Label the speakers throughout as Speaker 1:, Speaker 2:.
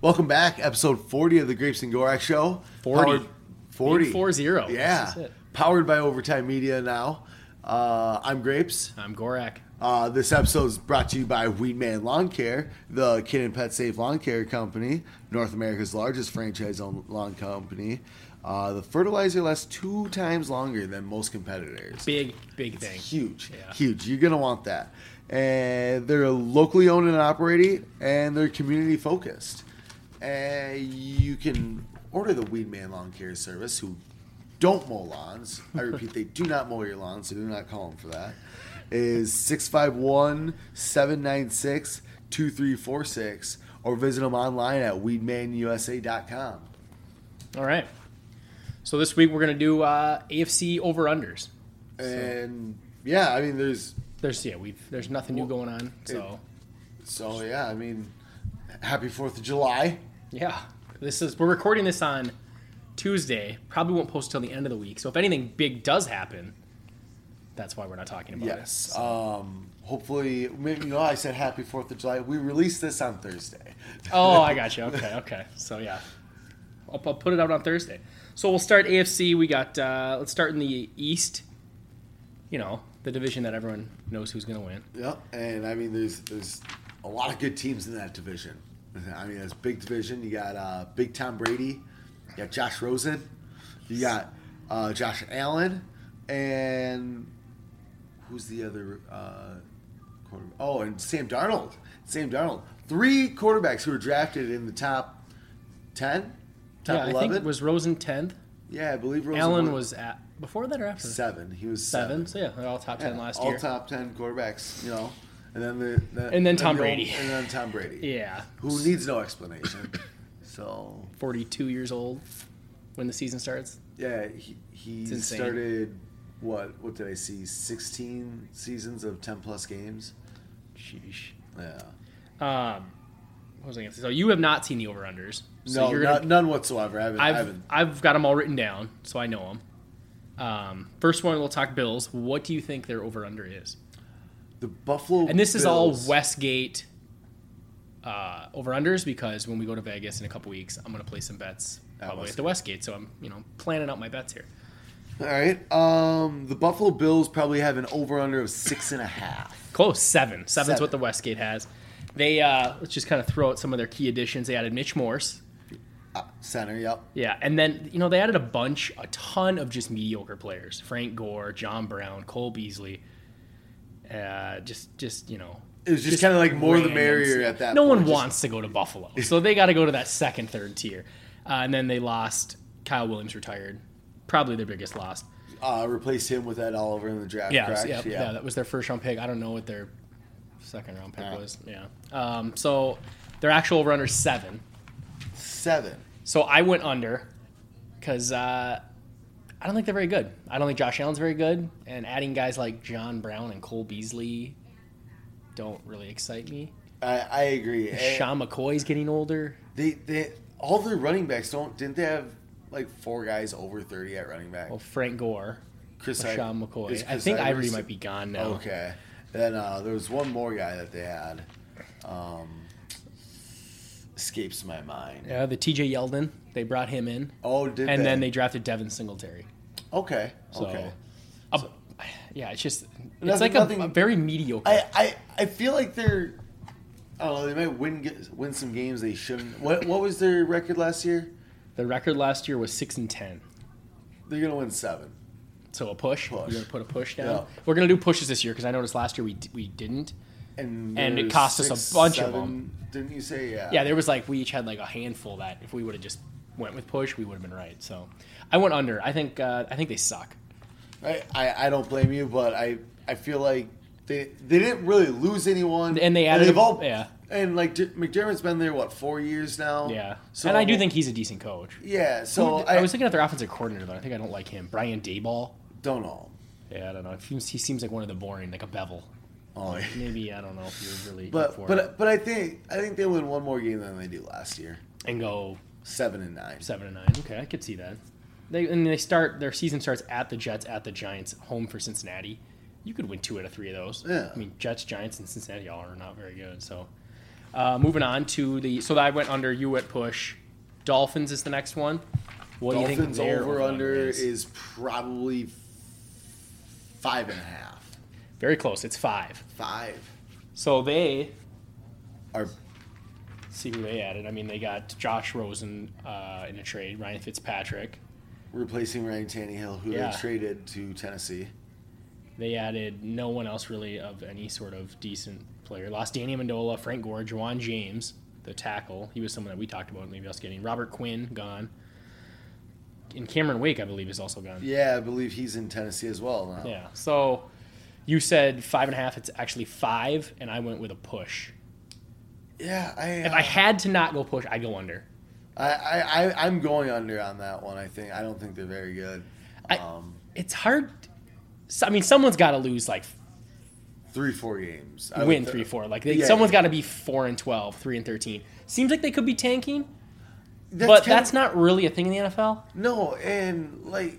Speaker 1: Welcome back, episode 40 of the Grapes and Gorak Show.
Speaker 2: 40.
Speaker 1: 40.
Speaker 2: 40. This is
Speaker 1: Yeah.
Speaker 2: it.
Speaker 1: Powered by Overtime Media now. Uh, I'm Grapes.
Speaker 2: I'm Gorak.
Speaker 1: Uh, this episode is brought to you by Weedman Lawn Care, the kid and pet safe lawn care company, North America's largest franchise owned lawn company. Uh, the fertilizer lasts two times longer than most competitors.
Speaker 2: Big, big thing.
Speaker 1: Huge,
Speaker 2: Yeah.
Speaker 1: huge. You're gonna want that. And they're locally owned and operated, and they're community focused. And you can order the Weed Man Lawn Care Service, who don't mow lawns. I repeat, they do not mow your lawns, so do not call them for that. Is 651 796 2346, or visit them online at weedmanusa.com.
Speaker 2: All right. So this week we're going to do uh, AFC over unders.
Speaker 1: And yeah, I mean, there's
Speaker 2: There's yeah, we've there's nothing new going on. So
Speaker 1: so yeah, I mean, happy 4th of July.
Speaker 2: yeah, this is we're recording this on Tuesday. Probably won't post till the end of the week. So if anything big does happen, that's why we're not talking about
Speaker 1: Yes. Um, hopefully, maybe, you know, I said happy 4th of July. We released this on Thursday.
Speaker 2: it. Oh, I got you. Okay, okay. So yeah, I'll, I'll put it out on Thursday. So we'll start AFC. We got uh, let's start in the East. You know the division that everyone knows who's going to win.
Speaker 1: Yep. And I mean, there's there's a lot of good teams in that division. I mean, that's big division. You got uh, Big Tom Brady, you got Josh Rosen, you got uh, Josh Allen, and who's the other uh, quarter? Oh, and Sam Darnold. Sam Darnold. Three quarterbacks who were drafted in the top ten, top
Speaker 2: yeah, I
Speaker 1: eleven.
Speaker 2: think it was Rosen tenth.
Speaker 1: yeah, I believe Rosen
Speaker 2: Allen
Speaker 1: was
Speaker 2: was at before that or after that?
Speaker 1: Seven. He was seven.
Speaker 2: seven. So yeah, they're all top ten
Speaker 1: Yeah,
Speaker 2: last
Speaker 1: all
Speaker 2: year.
Speaker 1: top ten quarterbacks, you know. And then the, the
Speaker 2: And then Tom
Speaker 1: the old-
Speaker 2: Brady.
Speaker 1: and then Tom Brady.
Speaker 2: Yeah,
Speaker 1: Who needs no explanation. so
Speaker 2: forty-two years old when the season starts.
Speaker 1: yeah, he, he
Speaker 2: insane.
Speaker 1: started what what did I see? Sixteen seasons of ten plus games.
Speaker 2: Sheesh.
Speaker 1: Yeah.
Speaker 2: Um, what was I gonna say? So you have not seen the over/unders. So
Speaker 1: no,
Speaker 2: you're
Speaker 1: not,
Speaker 2: gonna,
Speaker 1: none whatsoever. I haven't, I
Speaker 2: I've
Speaker 1: haven't.
Speaker 2: I've got them all written down, so I know them. Um, first one, we'll talk Bills. What do you think their over/under is?
Speaker 1: The Buffalo
Speaker 2: And this is all
Speaker 1: Bills-
Speaker 2: Westgate uh, over/unders because when we go to Vegas in a couple weeks, I'm gonna play some bets
Speaker 1: At
Speaker 2: probably at the Westgate. So I'm you know planning out my bets here.
Speaker 1: All right. Um, the Buffalo Bills probably have an over under of six and a half.
Speaker 2: Close seven. Seven's
Speaker 1: Seven.
Speaker 2: what the Westgate has. They uh, let's just kind of throw out some of their key additions. They added Mitch Morse,
Speaker 1: Uh, center. Yep.
Speaker 2: yeah, and then you know they added a bunch, a ton of just mediocre players: Frank Gore, John Brown, Cole Beasley. Uh, just, just you know,
Speaker 1: It was just kinda like more the
Speaker 2: randoms.
Speaker 1: merrier at that
Speaker 2: No
Speaker 1: point,
Speaker 2: one
Speaker 1: just-
Speaker 2: wants to go to Buffalo, so they got to go to that second, third tier, uh, and then they lost. Kyle Williams retired, probably their biggest loss.
Speaker 1: Uh, replace him with Ed Oliver in the draft.
Speaker 2: Yeah,
Speaker 1: correct?
Speaker 2: yeah, yeah, that was their first round pick. I don't know what their second round pick was. Yeah. Um, so their actual over under seven.
Speaker 1: Seven.
Speaker 2: So I went under because uh, I don't think they're very good. I don't think Josh Allen's very good, and adding guys like John Brown and Cole Beasley don't really excite me.
Speaker 1: I, I agree. And
Speaker 2: Sean McCoy's getting older.
Speaker 1: They they all their running backs don't didn't they have like four guys over thirty at running back?
Speaker 2: Well, Frank Gore,
Speaker 1: Chris I-
Speaker 2: Sean
Speaker 1: is
Speaker 2: McCoy. I
Speaker 1: Chris
Speaker 2: think Ivory
Speaker 1: Ivers-
Speaker 2: might be gone now.
Speaker 1: Okay. Then uh, there was one more guy that they had. Um, escapes my mind.
Speaker 2: Yeah, the TJ Yeldon, they brought him in,
Speaker 1: Oh, did
Speaker 2: and
Speaker 1: they?
Speaker 2: then they drafted Devin Singletary.
Speaker 1: okay
Speaker 2: So,
Speaker 1: okay.
Speaker 2: a- yeah, it's just it's
Speaker 1: Nothing-
Speaker 2: like a,
Speaker 1: nothing-
Speaker 2: a very mediocre.
Speaker 1: I, I I feel like they're I don't know they might win ge- win some games they shouldn't. What what was their record last year?
Speaker 2: the record last year was six and ten.
Speaker 1: They're gonna win seven.
Speaker 2: So a push.
Speaker 1: Push.
Speaker 2: We're gonna put a push down.
Speaker 1: Yeah.
Speaker 2: We're gonna do pushes this year because I noticed last year we d- we didn't.
Speaker 1: And
Speaker 2: And
Speaker 1: there
Speaker 2: it
Speaker 1: was
Speaker 2: cost us a bunch of
Speaker 1: Didn't you say yeah?
Speaker 2: Yeah, there was like we each had like a handful that if we would have just went with push, we would have been right. So I went under. I think uh, I think they suck.
Speaker 1: I, I, I don't blame you, but I I feel like they they didn't really lose anyone,
Speaker 2: And they added-
Speaker 1: they've all,
Speaker 2: yeah.
Speaker 1: and like D- McDermott's been there what four years now,
Speaker 2: Yeah. and I do think he's a decent coach.
Speaker 1: yeah.
Speaker 2: So
Speaker 1: Oh. So
Speaker 2: I, was looking at their offensive coordinator though. I think I don't like him. Brian Dayball.
Speaker 1: don't know.
Speaker 2: Yeah, I don't know. He seems, he seems like one of the boring, like a bevel.
Speaker 1: Oh, yeah.
Speaker 2: Maybe I don't know if you're really up
Speaker 1: but
Speaker 2: for it.
Speaker 1: but but I think I think they win one more game than they do last year,
Speaker 2: and go
Speaker 1: seven and nine.
Speaker 2: Seven and nine. Okay, I could see that. They and they start their season starts at the Jets, at the Giants, home for Cincinnati. You could win two out of three of those.
Speaker 1: Yeah.
Speaker 2: I mean, Jets, Giants, and Cincinnati all are not very good. So, Uh, moving on to the so I went under you at push. Dolphins is the next one. What do you think
Speaker 1: Dolphins
Speaker 2: their
Speaker 1: over under
Speaker 2: is?
Speaker 1: is? probably five and a half.
Speaker 2: Very close. It's five.
Speaker 1: Five.
Speaker 2: So they
Speaker 1: Are
Speaker 2: see who they added. I mean, they got Josh Rosen uh, in a trade, Ryan Fitzpatrick.
Speaker 1: replacing Ryan Tannehill, who
Speaker 2: Yeah.
Speaker 1: they traded to Tennessee.
Speaker 2: They added no one else really of any sort of decent player. Lost Danny Amendola, Frank Gore, Juwan James, the tackle. He was someone that we talked about maybe us getting. Robert Quinn gone. And Cameron Wake, I believe, is also gone.
Speaker 1: Yeah, I believe he's in Tennessee as well now.
Speaker 2: Yeah. So you said five and a half. It's actually five, and I went with a push.
Speaker 1: Yeah, I, uh,
Speaker 2: If I had to not go push, I'd go under.
Speaker 1: I, I, I, I'm going under on that one. I think I don't think they're very good.
Speaker 2: I-
Speaker 1: um,
Speaker 2: It's hard. so- I mean, someone's got to lose like
Speaker 1: three, four games. I
Speaker 2: win
Speaker 1: would-
Speaker 2: three four. Like they,
Speaker 1: Yeah,
Speaker 2: someone's
Speaker 1: yeah.
Speaker 2: got to be four and 12, 3 and thirteen. Seems like they could be tanking,
Speaker 1: That's
Speaker 2: but
Speaker 1: kinda-
Speaker 2: that's not really a thing in the NFL.
Speaker 1: no, and like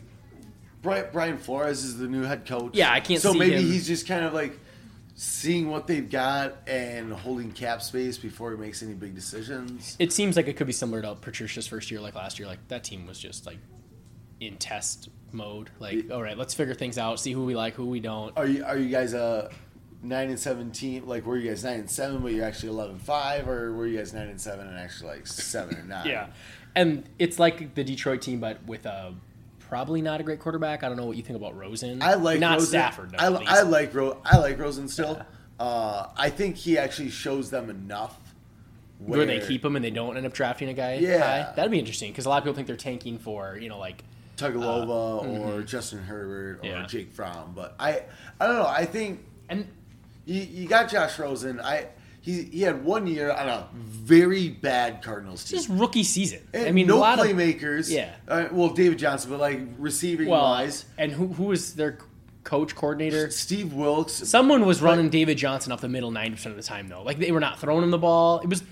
Speaker 1: Brian, Brian Flores is the new head coach.
Speaker 2: Yeah, I can't
Speaker 1: So
Speaker 2: see
Speaker 1: maybe
Speaker 2: him-
Speaker 1: he's just kind of like seeing what they've got and holding cap space before he makes any big decisions.
Speaker 2: It seems like it could be similar to Patricia's first year, like last year. Like that team was just like in test mode. Like, all right, let's figure things out, see who we like, who we don't.
Speaker 1: Are you are you guys a nine and seventeen? Like were you guys nine and seven, but you're actually 11 five, or were you guys nine and seven and actually like seven and nine?
Speaker 2: Yeah, and it's like the Detroit team, but with a probably not a great quarterback. I don't know what you think about Rosen.
Speaker 1: I like
Speaker 2: not
Speaker 1: Rosen.
Speaker 2: Stafford. No,
Speaker 1: I,
Speaker 2: at least.
Speaker 1: I like Ro- I like Rosen still. Uh, I think he actually shows them enough
Speaker 2: where, they keep him and they don't end up drafting a guy.
Speaker 1: Yeah.
Speaker 2: high. that'd be interesting because a lot of people think they're tanking for you know like
Speaker 1: Tugalova or Justin Herbert or
Speaker 2: Uh, mm-hmm. Yeah.
Speaker 1: Jake Fromm. But I I don't know. I think
Speaker 2: and
Speaker 1: you, you got Josh Rosen. I he he had one year on a very bad Cardinals team.
Speaker 2: just rookie season.
Speaker 1: And
Speaker 2: I mean,
Speaker 1: no
Speaker 2: a lot of
Speaker 1: playmakers.
Speaker 2: yeah.
Speaker 1: Uh, well, David Johnson, but like receiving
Speaker 2: well,
Speaker 1: wise,
Speaker 2: and who who was their coach coordinator?
Speaker 1: Steve Wilkes.
Speaker 2: Someone was running David Johnson up the middle ninety percent of the time though. Like they were not throwing him the ball. It was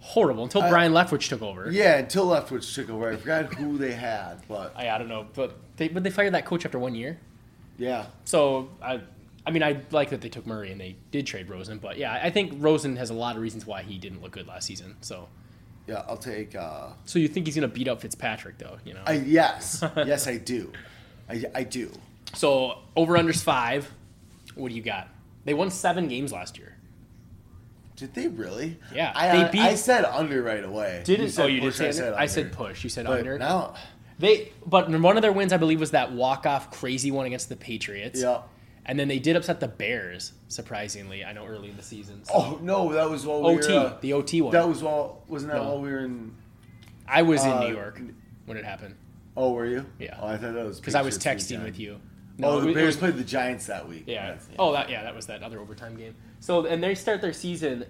Speaker 2: horrible until Brian Leftwich took over.
Speaker 1: Yeah, until Leftwich took over. I forgot who they had, but
Speaker 2: I, I don't know, but they but they fired that coach after one year.
Speaker 1: yeah.
Speaker 2: So I, I mean, I like that they took Murray and they did trade Rosen, but yeah, I think Rosen has a lot of reasons why he didn't look good last season. So,
Speaker 1: Yeah, I'll take. Uh,
Speaker 2: so you think he's gonna beat up Fitzpatrick though? You know.
Speaker 1: I, yes, yes, I do. I, I do.
Speaker 2: so over unders five. What do you got? They won seven games last year.
Speaker 1: Did they really?
Speaker 2: Yeah,
Speaker 1: I, uh,
Speaker 2: they beat-
Speaker 1: I said under right away.
Speaker 2: Didn't oh you
Speaker 1: push,
Speaker 2: did say
Speaker 1: I said
Speaker 2: under? I said
Speaker 1: under.
Speaker 2: push. You said
Speaker 1: But
Speaker 2: under.
Speaker 1: now,
Speaker 2: They but one of their wins I believe was that walk off crazy one against the Patriots.
Speaker 1: yeah.
Speaker 2: And then they did upset the Bears surprisingly. I know early in the season. So.
Speaker 1: Oh no, that was while we
Speaker 2: OT
Speaker 1: were. uh,
Speaker 2: the OT one.
Speaker 1: that was while wasn't that
Speaker 2: No.
Speaker 1: while we were in?
Speaker 2: I was in
Speaker 1: uh,
Speaker 2: New York when it happened.
Speaker 1: Oh, were you?
Speaker 2: Yeah.
Speaker 1: Oh, I thought that was
Speaker 2: because I was
Speaker 1: Patriots
Speaker 2: texting
Speaker 1: weekend.
Speaker 2: with you.
Speaker 1: oh,
Speaker 2: it
Speaker 1: the
Speaker 2: was- it
Speaker 1: Bears
Speaker 2: was-
Speaker 1: played the Giants that week.
Speaker 2: Yeah.
Speaker 1: That's-
Speaker 2: Oh, that yeah, that was that other overtime game. So and they start their season,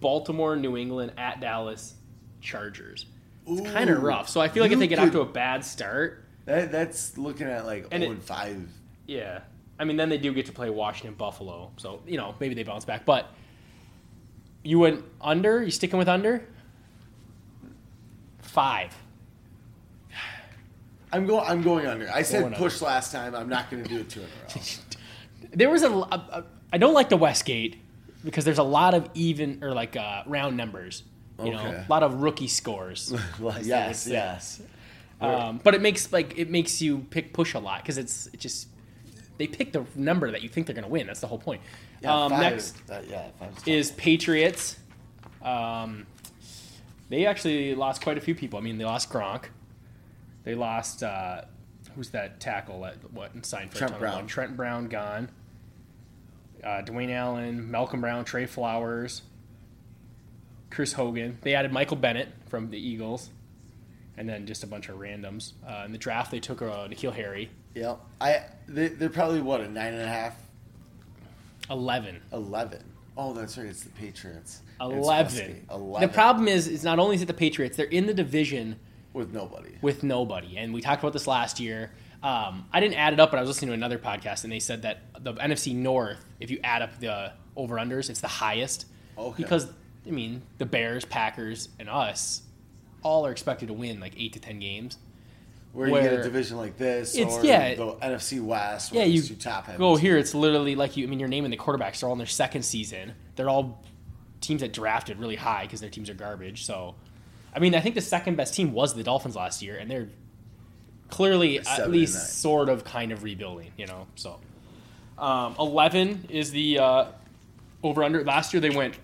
Speaker 2: Baltimore, New England at Dallas, Chargers. It's kind
Speaker 1: Ooh,
Speaker 2: of rough. So I feel like if
Speaker 1: you
Speaker 2: they get off to a
Speaker 1: could-
Speaker 2: bad start,
Speaker 1: that, that's looking at like
Speaker 2: And it-
Speaker 1: zero and five.
Speaker 2: yeah. I mean, then they do get to play Washington, Buffalo. So you know maybe they bounce back. But you went under. You sticking with under? Five.
Speaker 1: I'm going. I'm going under. I said
Speaker 2: Going under.
Speaker 1: push last time. I'm not going to do it two in a row.
Speaker 2: There was a l- a- a- I don't like the Westgate because there's a lot of even or like uh, round numbers. You know,
Speaker 1: Okay.
Speaker 2: a lot of rookie scores.
Speaker 1: Well,
Speaker 2: as they would
Speaker 1: yes,
Speaker 2: say.
Speaker 1: yes.
Speaker 2: Um, but it makes like it makes you pick push a lot because it's it just they pick the number that you think they're gonna win. That's the whole point.
Speaker 1: Yeah,
Speaker 2: um,
Speaker 1: five,
Speaker 2: next
Speaker 1: uh, yeah, five's tough.
Speaker 2: is Patriots. Um, they actually lost quite a few people. I mean, they lost Gronk. They lost uh, who's that tackle at what in
Speaker 1: Trent
Speaker 2: Seinfeld? Tunnel?
Speaker 1: Brown.
Speaker 2: Trent Brown gone. Uh, Dwayne Allen, Malcolm Brown, Trey Flowers, Chris Hogan. They added Michael Bennett from the Eagles, and then just a bunch of randoms. Uh, in the draft, they took uh, Nikhil Harry,
Speaker 1: Yep. I they, they're probably what a nine and a half,
Speaker 2: eleven.
Speaker 1: eleven. Oh, that's right. It's the Patriots. And it's supposed to
Speaker 2: Eleven.
Speaker 1: be Eleven.
Speaker 2: The problem is, is not only is it the Patriots; they're in the division
Speaker 1: with nobody.
Speaker 2: with nobody. And we talked about this last year. Um, I didn't add it up, but I was listening to another podcast, and they said that the NFC North, if you add up the over unders, it's the highest.
Speaker 1: Okay.
Speaker 2: Because I mean, the Bears, Packers, and us all are expected to win like eight to ten games.
Speaker 1: Where, you get
Speaker 2: where-
Speaker 1: a division like this,
Speaker 2: It's-
Speaker 1: or
Speaker 2: yeah.
Speaker 1: the NFC West.
Speaker 2: Yeah,
Speaker 1: Where
Speaker 2: you
Speaker 1: it's two top heavy
Speaker 2: go
Speaker 1: teams.
Speaker 2: here. It's literally like you. I mean, you're naming the quarterbacks. They're all in their second season. They're all teams that drafted really high because their teams are garbage. So, I mean, I think the second best team was the Dolphins last year, and they're clearly
Speaker 1: Seven
Speaker 2: at
Speaker 1: and
Speaker 2: least
Speaker 1: nine.
Speaker 2: sort of kind of rebuilding. You know, so um, eleven is the uh, over under. Last year they went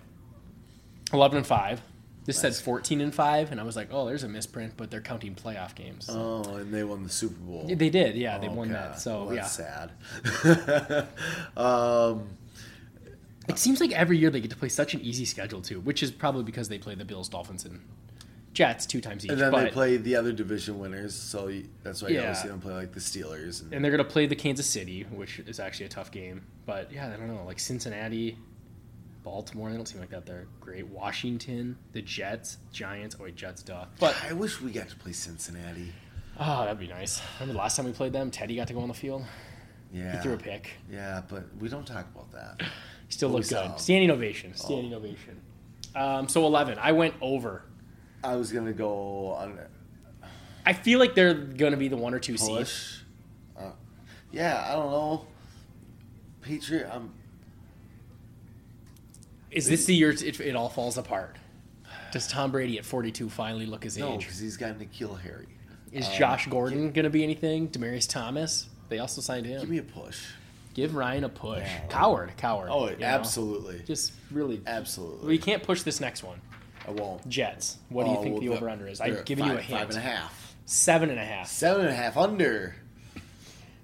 Speaker 2: eleven and five. This said fourteen and five, and I was like, oh, there's a misprint, but they're counting playoff games.
Speaker 1: Oh, and they won the Super Bowl.
Speaker 2: they did, yeah, they
Speaker 1: Oh,
Speaker 2: won
Speaker 1: God.
Speaker 2: that. So
Speaker 1: Well,
Speaker 2: yeah,
Speaker 1: that's sad. um,
Speaker 2: It seems like every year they get to play such an easy schedule too, which is probably because they play the Bills, Dolphins, and Jets two times each.
Speaker 1: and then
Speaker 2: but,
Speaker 1: they play the other division winners, so you, that's why you always
Speaker 2: Yeah.
Speaker 1: see them play like the Steelers. And,
Speaker 2: and they're gonna play the Kansas City, which is actually a tough game. But yeah, I don't know, like Cincinnati, Baltimore, they don't seem like that. They're great. Washington, the Jets, Giants. Oh wait, Jets, duh. But
Speaker 1: I wish we got to play Cincinnati.
Speaker 2: oh, that'd be nice. Remember the last time we played them, Teddy got to go on the field.
Speaker 1: Yeah,
Speaker 2: He threw a pick.
Speaker 1: yeah, but we don't talk about that.
Speaker 2: He still
Speaker 1: Well, we
Speaker 2: looked
Speaker 1: saw him.
Speaker 2: good. Standing ovation.
Speaker 1: oh.
Speaker 2: Standing ovation. Um, so eleven. I went over.
Speaker 1: I was gonna go on
Speaker 2: I feel like they're gonna be the one or two seed.
Speaker 1: push. Uh, yeah, I don't know. Patriot, um,
Speaker 2: Is this the year it, it all falls apart? Does Tom Brady at 42 finally look his
Speaker 1: no, Uh,
Speaker 2: age?
Speaker 1: because he's got Nikhil Harry.
Speaker 2: Is Josh Gordon going to be anything? Demarius Thomas? They also signed him.
Speaker 1: Give me a push.
Speaker 2: Give Ryan a push.
Speaker 1: Yeah.
Speaker 2: Coward, coward.
Speaker 1: Oh,
Speaker 2: you know?
Speaker 1: absolutely,
Speaker 2: Just really.
Speaker 1: absolutely.
Speaker 2: We can't push this next one.
Speaker 1: I won't.
Speaker 2: Jets. What do you
Speaker 1: Oh,
Speaker 2: think
Speaker 1: well,
Speaker 2: the
Speaker 1: the-
Speaker 2: over under is? I've
Speaker 1: they're
Speaker 2: given you a
Speaker 1: five-
Speaker 2: hint.
Speaker 1: Five and a half.
Speaker 2: Seven and a half.
Speaker 1: Seven and a half under.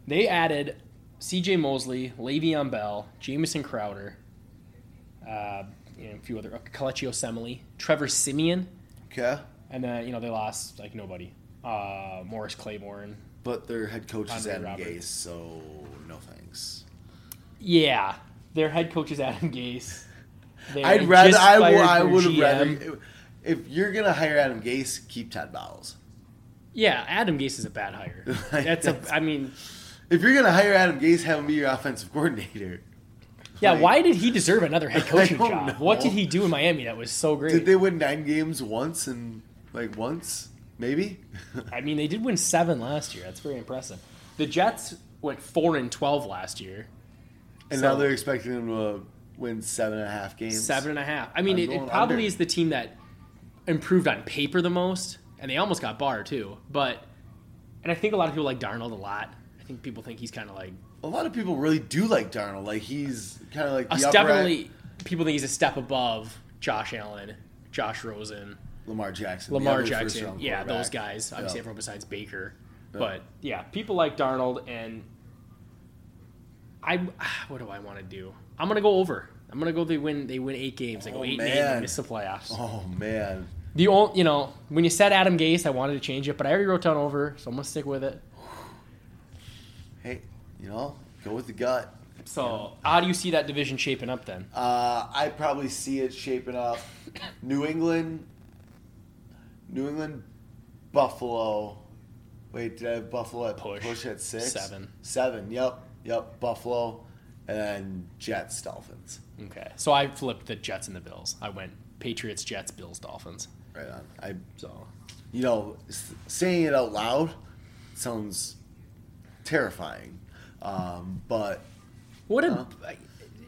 Speaker 2: They added C.J. Mosley, Le'Veon Bell, Jamison Crowder, uh, and a few other Coleccio Semele, Trevor Simeon,
Speaker 1: Okay.
Speaker 2: And then you know they lost like nobody. Uh, Morris Claiborne.
Speaker 1: But their head coach is
Speaker 2: Andre
Speaker 1: Adam
Speaker 2: Roberts.
Speaker 1: Gase, so no thanks.
Speaker 2: Yeah, their head coach is Adam Gase. They
Speaker 1: I'd
Speaker 2: just
Speaker 1: rather. I,
Speaker 2: fired
Speaker 1: w- I
Speaker 2: their
Speaker 1: would have
Speaker 2: GM.
Speaker 1: rather. If you're gonna hire Adam Gase, keep Todd Bowles.
Speaker 2: Yeah, Adam Gase is a bad hire.
Speaker 1: Like,
Speaker 2: That's a.
Speaker 1: that's-
Speaker 2: I mean,
Speaker 1: If you're gonna hire Adam Gase, have him be your offensive coordinator.
Speaker 2: yeah.
Speaker 1: Like,
Speaker 2: why did he deserve another head coaching
Speaker 1: don't
Speaker 2: job?
Speaker 1: know.
Speaker 2: What did he do in Miami that was so great?
Speaker 1: Did they win nine games once and like once maybe?
Speaker 2: I mean, they did win seven last year. That's very impressive. The Jets went four and twelve last year.
Speaker 1: and
Speaker 2: So-
Speaker 1: now they're expecting him to uh, win seven and a half games.
Speaker 2: Seven and a half. I mean,
Speaker 1: I'm
Speaker 2: it, it
Speaker 1: going
Speaker 2: probably
Speaker 1: under.
Speaker 2: is the team that improved on paper the most, and they almost got Barr too. But and I think a lot of people like Darnold a lot. I think people think he's kind of like
Speaker 1: A lot of people really do like Darnold. Like he's kind of like
Speaker 2: us
Speaker 1: the upper
Speaker 2: definitely people think he's a step above Josh Allen, Josh Rosen,
Speaker 1: Lamar Jackson. the
Speaker 2: Lamar
Speaker 1: other
Speaker 2: Jackson.
Speaker 1: first-round
Speaker 2: Yeah, those
Speaker 1: quarterback.
Speaker 2: guys. Obviously,
Speaker 1: Yeah.
Speaker 2: everyone besides Baker.
Speaker 1: Yeah.
Speaker 2: But yeah, people like Darnold, and I. What do I want to do? I'm gonna go over. I'm gonna go. They win. They win eight games. They go
Speaker 1: Oh,
Speaker 2: eight and eight and
Speaker 1: man.
Speaker 2: miss the playoffs.
Speaker 1: Oh man,
Speaker 2: The only, you know, when you said Adam Gase, I wanted to change it, but I already wrote down over, so I'm gonna stick with it.
Speaker 1: hey, you know, go with the gut.
Speaker 2: So, how do you see that division shaping up then?
Speaker 1: Uh, I probably see it shaping up. New England, New England, Buffalo. Wait, did I have Buffalo at
Speaker 2: Push.
Speaker 1: push, at six?
Speaker 2: Seven.
Speaker 1: Seven. Yep. Yep. Buffalo, and then Jets, Dolphins.
Speaker 2: Okay, so I flipped the Jets and the Bills. I went Patriots, Jets, Bills, Dolphins.
Speaker 1: Right on. I,
Speaker 2: So,
Speaker 1: you know, s- saying it out loud sounds terrifying, um, but
Speaker 2: what a
Speaker 1: Huh?
Speaker 2: I-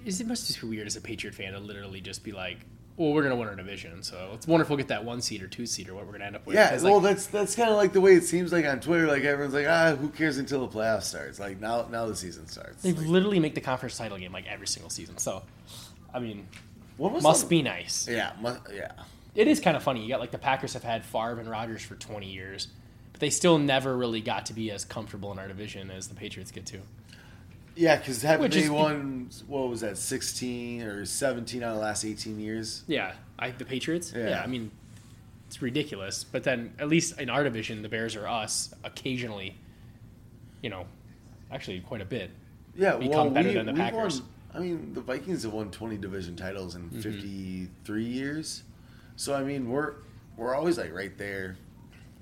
Speaker 2: is it must just be weird as a Patriot fan to literally just be like, well, we're gonna win our division, so it's wonderful to get that one seed or two seed or what we're gonna end up with.
Speaker 1: Yeah,
Speaker 2: 'Cause, like,
Speaker 1: well, that's that's kind of like the way it seems like on Twitter. Like everyone's like, ah, who cares until the playoffs starts? Like now, now the season starts.
Speaker 2: they
Speaker 1: Like,
Speaker 2: literally make the conference title game like every single season. So, I mean,
Speaker 1: when was
Speaker 2: must
Speaker 1: the-
Speaker 2: be nice.
Speaker 1: Yeah, mu- yeah.
Speaker 2: it is kind of funny. You got like the Packers have had Favre and Rodgers for 20 years, but they still never really got to be as comfortable in our division as the Patriots get to.
Speaker 1: Yeah, because haven't
Speaker 2: Which
Speaker 1: they
Speaker 2: is-
Speaker 1: won? What was that? Sixteen or seventeen out of the last eighteen years?
Speaker 2: Yeah, I the Patriots. Yeah.
Speaker 1: Yeah.
Speaker 2: I mean, it's ridiculous. But then at least in our division, the Bears or us occasionally, you know, actually quite a bit.
Speaker 1: Yeah,
Speaker 2: Become
Speaker 1: well,
Speaker 2: better
Speaker 1: we,
Speaker 2: than the
Speaker 1: we've
Speaker 2: Packers.
Speaker 1: Won,
Speaker 2: Mm-hmm.
Speaker 1: I mean, the Vikings have won twenty division titles in fifty-three years. So I mean, we're we're always like right there,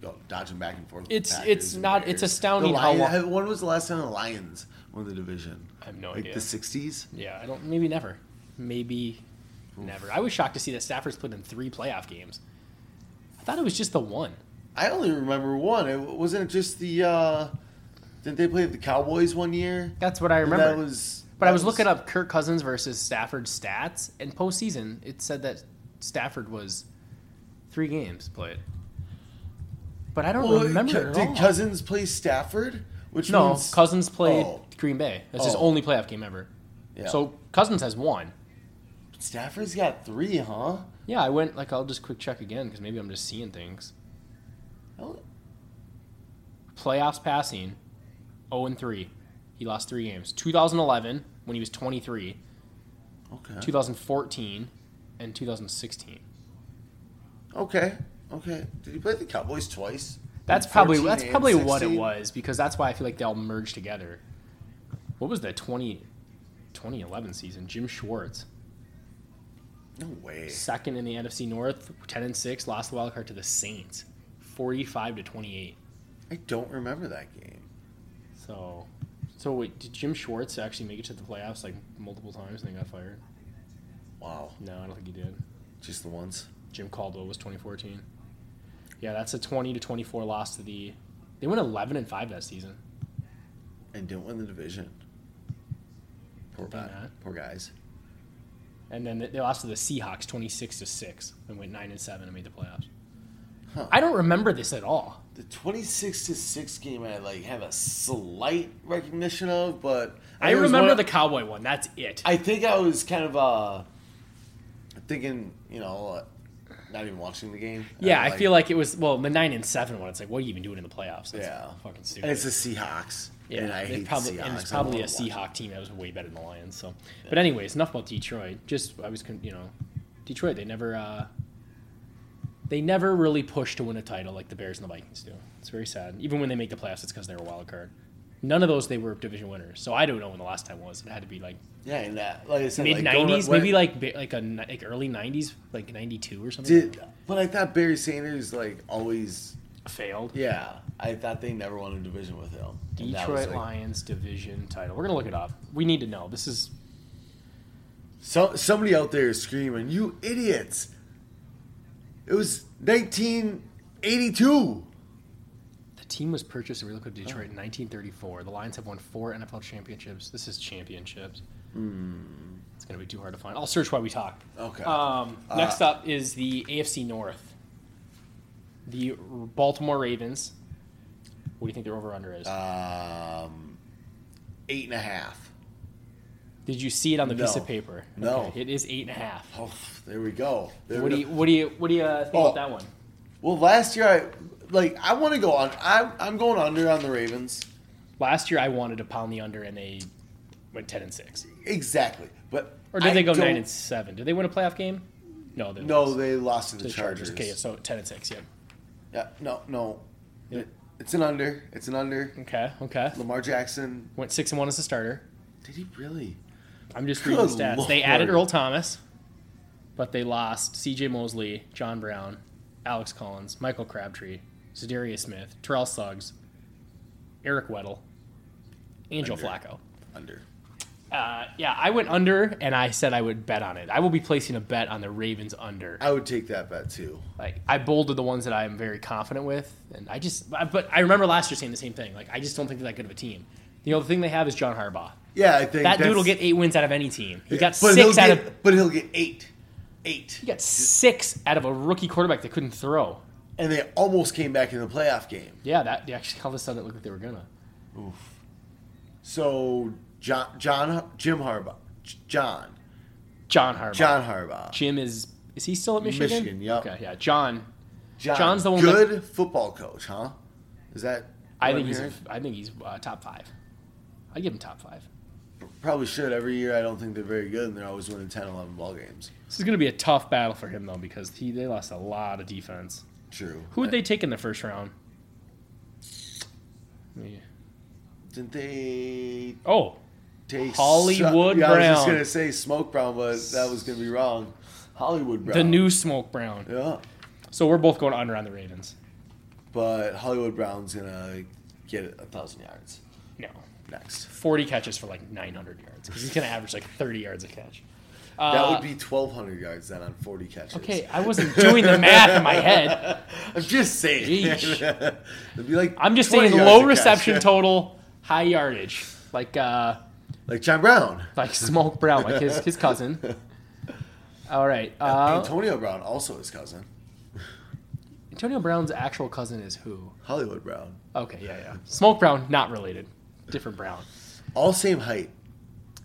Speaker 1: go- dodging back and forth. with
Speaker 2: It's-
Speaker 1: Packers
Speaker 2: it's
Speaker 1: and
Speaker 2: not-
Speaker 1: Bears.
Speaker 2: it's astounding
Speaker 1: The
Speaker 2: how
Speaker 1: Lion-
Speaker 2: long-
Speaker 1: When was the last time the Lions won the division?
Speaker 2: I have no
Speaker 1: like
Speaker 2: idea.
Speaker 1: the sixties.
Speaker 2: Yeah, I don't. Maybe never. Maybe never. I was shocked to see that Stafford's played in three playoff games. I thought it was just the one.
Speaker 1: I only remember one. It wasn't it just the. uh Didn't they play the Cowboys one year?
Speaker 2: That's what I
Speaker 1: And
Speaker 2: remember.
Speaker 1: That was.
Speaker 2: But I was looking up Kirk Cousins versus Stafford's stats, and postseason it said that Stafford was three games played. But I don't
Speaker 1: Well,
Speaker 2: remember
Speaker 1: Cou-
Speaker 2: it at
Speaker 1: did
Speaker 2: all.
Speaker 1: Cousins play Stafford? Which
Speaker 2: no,
Speaker 1: means
Speaker 2: Cousins played
Speaker 1: Oh.
Speaker 2: Green Bay. That's his
Speaker 1: Oh.
Speaker 2: only playoff game ever.
Speaker 1: Yeah.
Speaker 2: So Cousins has one.
Speaker 1: Stafford's got three, huh?
Speaker 2: Yeah, I went like I'll just quick check again because maybe I'm just seeing things.
Speaker 1: Hell,
Speaker 2: Playoffs passing, 0 and 3. He lost three games. 2011 when he was 23,
Speaker 1: Okay.
Speaker 2: 2014, and 2016.
Speaker 1: Okay. Okay. Did he play the Cowboys twice?
Speaker 2: That's
Speaker 1: In
Speaker 2: probably
Speaker 1: 14
Speaker 2: that's
Speaker 1: and
Speaker 2: probably what it
Speaker 1: 16?
Speaker 2: was because that's why I feel like they all merged together. What was the 20, 2011 season? Jim Schwartz,
Speaker 1: No way.
Speaker 2: second in the NFC North, 10 and 6, lost the wild card to the Saints, 45 to 28.
Speaker 1: I don't remember that game.
Speaker 2: So, so wait, did Jim Schwartz actually make it to the playoffs like multiple times and then got fired?
Speaker 1: Wow.
Speaker 2: No, I don't think he did.
Speaker 1: Just the once.
Speaker 2: Jim Caldwell was 2014. Yeah, that's a 20 to 24 loss to the. They went 11 and five that season.
Speaker 1: And didn't win the division. Poor
Speaker 2: Did
Speaker 1: guy.
Speaker 2: not.
Speaker 1: Poor guys.
Speaker 2: and then they lost to the Seahawks twenty six to six and went nine and seven and made the playoffs.
Speaker 1: Huh.
Speaker 2: I don't remember this at all.
Speaker 1: The twenty-six to six game, I like have a slight recognition of, but
Speaker 2: I,
Speaker 1: think it was
Speaker 2: remember
Speaker 1: one-
Speaker 2: the Cowboy one. That's it.
Speaker 1: I think I was kind of uh thinking, you know, uh, not even watching the game.
Speaker 2: yeah,
Speaker 1: Uh,
Speaker 2: I feel like it was well the nine and seven one. It's like what are you even doing in the playoffs? That's
Speaker 1: Yeah.
Speaker 2: fucking stupid.
Speaker 1: And it's the Seahawks.
Speaker 2: yeah,
Speaker 1: and I
Speaker 2: they
Speaker 1: hate
Speaker 2: probably,
Speaker 1: Seahawks.
Speaker 2: and it's
Speaker 1: I don't
Speaker 2: probably a
Speaker 1: wanna watch
Speaker 2: Seahawk team that was way better than the Lions. So, but anyways, enough about Detroit. Just I was con- you know, Detroit. They never uh, they never really push to win a title like the Bears and the Vikings do. It's very sad. Even when they make the playoffs, it's because they're a wild card. None of those they were division winners. So I don't know when the last time was. It had to be like
Speaker 1: Yeah, and that, like I said,
Speaker 2: mid
Speaker 1: like, going-
Speaker 2: nineties,
Speaker 1: when-
Speaker 2: maybe like ba- like a ni- like early nineties, like ninety two or something.
Speaker 1: Did but I thought Barry Sanders like always.
Speaker 2: failed.
Speaker 1: Yeah, I thought they never won a division with him. And that was, like-
Speaker 2: Detroit Lions division title. We're gonna look it up. We need to know. This is
Speaker 1: So somebody out there is screaming, "You idiots!" It was 1982.
Speaker 2: The team was purchased and relocated to Detroit
Speaker 1: Oh.
Speaker 2: in 1934. The Lions have won four NFL championships. This is championships.
Speaker 1: Hmm.
Speaker 2: It's going to be too hard to find. I'll search while we talk.
Speaker 1: Okay.
Speaker 2: Um,
Speaker 1: Uh,
Speaker 2: next up is the AFC North. The Baltimore Ravens. What do you think their over under is?
Speaker 1: Uh, Um, eight and a half.
Speaker 2: Did you see it on the piece
Speaker 1: no.
Speaker 2: of paper?
Speaker 1: No.
Speaker 2: Okay, It is eight and a half.
Speaker 1: Oh, there we go. There
Speaker 2: What do
Speaker 1: we
Speaker 2: you
Speaker 1: go.
Speaker 2: What do you What do you uh, think
Speaker 1: Oh.
Speaker 2: about that one?
Speaker 1: Well, last year I like I want to go on. I'm I'm going under on the Ravens.
Speaker 2: Last year I wanted to pound the under and they went ten and six.
Speaker 1: Exactly, but
Speaker 2: Or did
Speaker 1: I
Speaker 2: they go
Speaker 1: don't-
Speaker 2: nine and seven? Did they win a playoff game? No. They
Speaker 1: No,
Speaker 2: lost.
Speaker 1: they lost to the,
Speaker 2: the
Speaker 1: Chargers.
Speaker 2: Chargers. Okay, so ten and six. Yep.
Speaker 1: Yeah, no, no.
Speaker 2: Yeah.
Speaker 1: It's an under. It's an under.
Speaker 2: Okay. Okay.
Speaker 1: Lamar Jackson.
Speaker 2: Went six and one as a starter.
Speaker 1: Did he really?
Speaker 2: I'm just reading the
Speaker 1: Good
Speaker 2: stats. They added
Speaker 1: lord.
Speaker 2: Earl Thomas, but they lost C.J. Mosley, John Brown, Alex Collins, Michael Crabtree, Zadarius Smith, Terrell Suggs, Eric Weddle, and Joe
Speaker 1: Under.
Speaker 2: Flacco.
Speaker 1: Under.
Speaker 2: Uh, yeah, I went under, and I said I would bet on it. I will be placing a bet on the Ravens under.
Speaker 1: I would take that bet too.
Speaker 2: like I bolded the ones that I am very confident with, and I just but- but I remember last year saying the same thing. Like I just don't think they're that good of a team. The only thing they have is John Harbaugh.
Speaker 1: Yeah, I think
Speaker 2: That dude
Speaker 1: that's-
Speaker 2: will get eight wins out of any team. He
Speaker 1: yeah,
Speaker 2: got
Speaker 1: but
Speaker 2: six
Speaker 1: he'll
Speaker 2: out
Speaker 1: get,
Speaker 2: of
Speaker 1: But he'll get eight, eight,
Speaker 2: he got six out of a rookie quarterback that couldn't throw.
Speaker 1: and they almost came back in the playoff game.
Speaker 2: Yeah, that they actually all of a sudden it looked like they were gonna.
Speaker 1: So John, John, Jim Harbaugh, J- John,
Speaker 2: John Harbaugh.
Speaker 1: John Harbaugh,
Speaker 2: Jim is is he still at Michigan?
Speaker 1: Michigan, yep.
Speaker 2: Okay, yeah. John,
Speaker 1: John,
Speaker 2: John's the one that-
Speaker 1: good football coach, huh? Is that?
Speaker 2: I
Speaker 1: what
Speaker 2: think
Speaker 1: I'm
Speaker 2: he's
Speaker 1: hearing?
Speaker 2: I think he's uh, top five. I give him top five.
Speaker 1: probably should every year. I don't think they're very good, and they're always winning 10, 11 ball games.
Speaker 2: This is gonna be a tough battle for him though because he they lost a lot of defense.
Speaker 1: True.
Speaker 2: Who would they take in the first round? Yeah.
Speaker 1: Didn't they
Speaker 2: Oh,
Speaker 1: take
Speaker 2: Hollywood
Speaker 1: Su- yeah, I was just
Speaker 2: Brown.
Speaker 1: gonna say smoke brown, but that was gonna be wrong. Hollywood Brown.
Speaker 2: the new Smoke Brown.
Speaker 1: Yeah,
Speaker 2: So we're both going under on the Ravens.
Speaker 1: but Hollywood Brown's gonna get a thousand yards
Speaker 2: No,
Speaker 1: next.
Speaker 2: 40 catches for like 900 yards because he's going to average like 30 yards a catch. Uh,
Speaker 1: That would be twelve hundred yards then on forty catches.
Speaker 2: okay. I wasn't doing the math in my head.
Speaker 1: I'm just saying.
Speaker 2: Yeesh.
Speaker 1: It'd be like
Speaker 2: I'm just
Speaker 1: 20
Speaker 2: saying
Speaker 1: yards
Speaker 2: low
Speaker 1: a
Speaker 2: reception
Speaker 1: catch.
Speaker 2: total, high yardage, like uh,
Speaker 1: like John Brown.
Speaker 2: like Smoke Brown, like his his cousin. All right. Uh,
Speaker 1: Antonio Brown, also his cousin.
Speaker 2: Antonio Brown's actual cousin is who?
Speaker 1: Hollywood Brown.
Speaker 2: Okay, yeah, yeah. Smoke Brown, not related. Different Brown.
Speaker 1: All same height.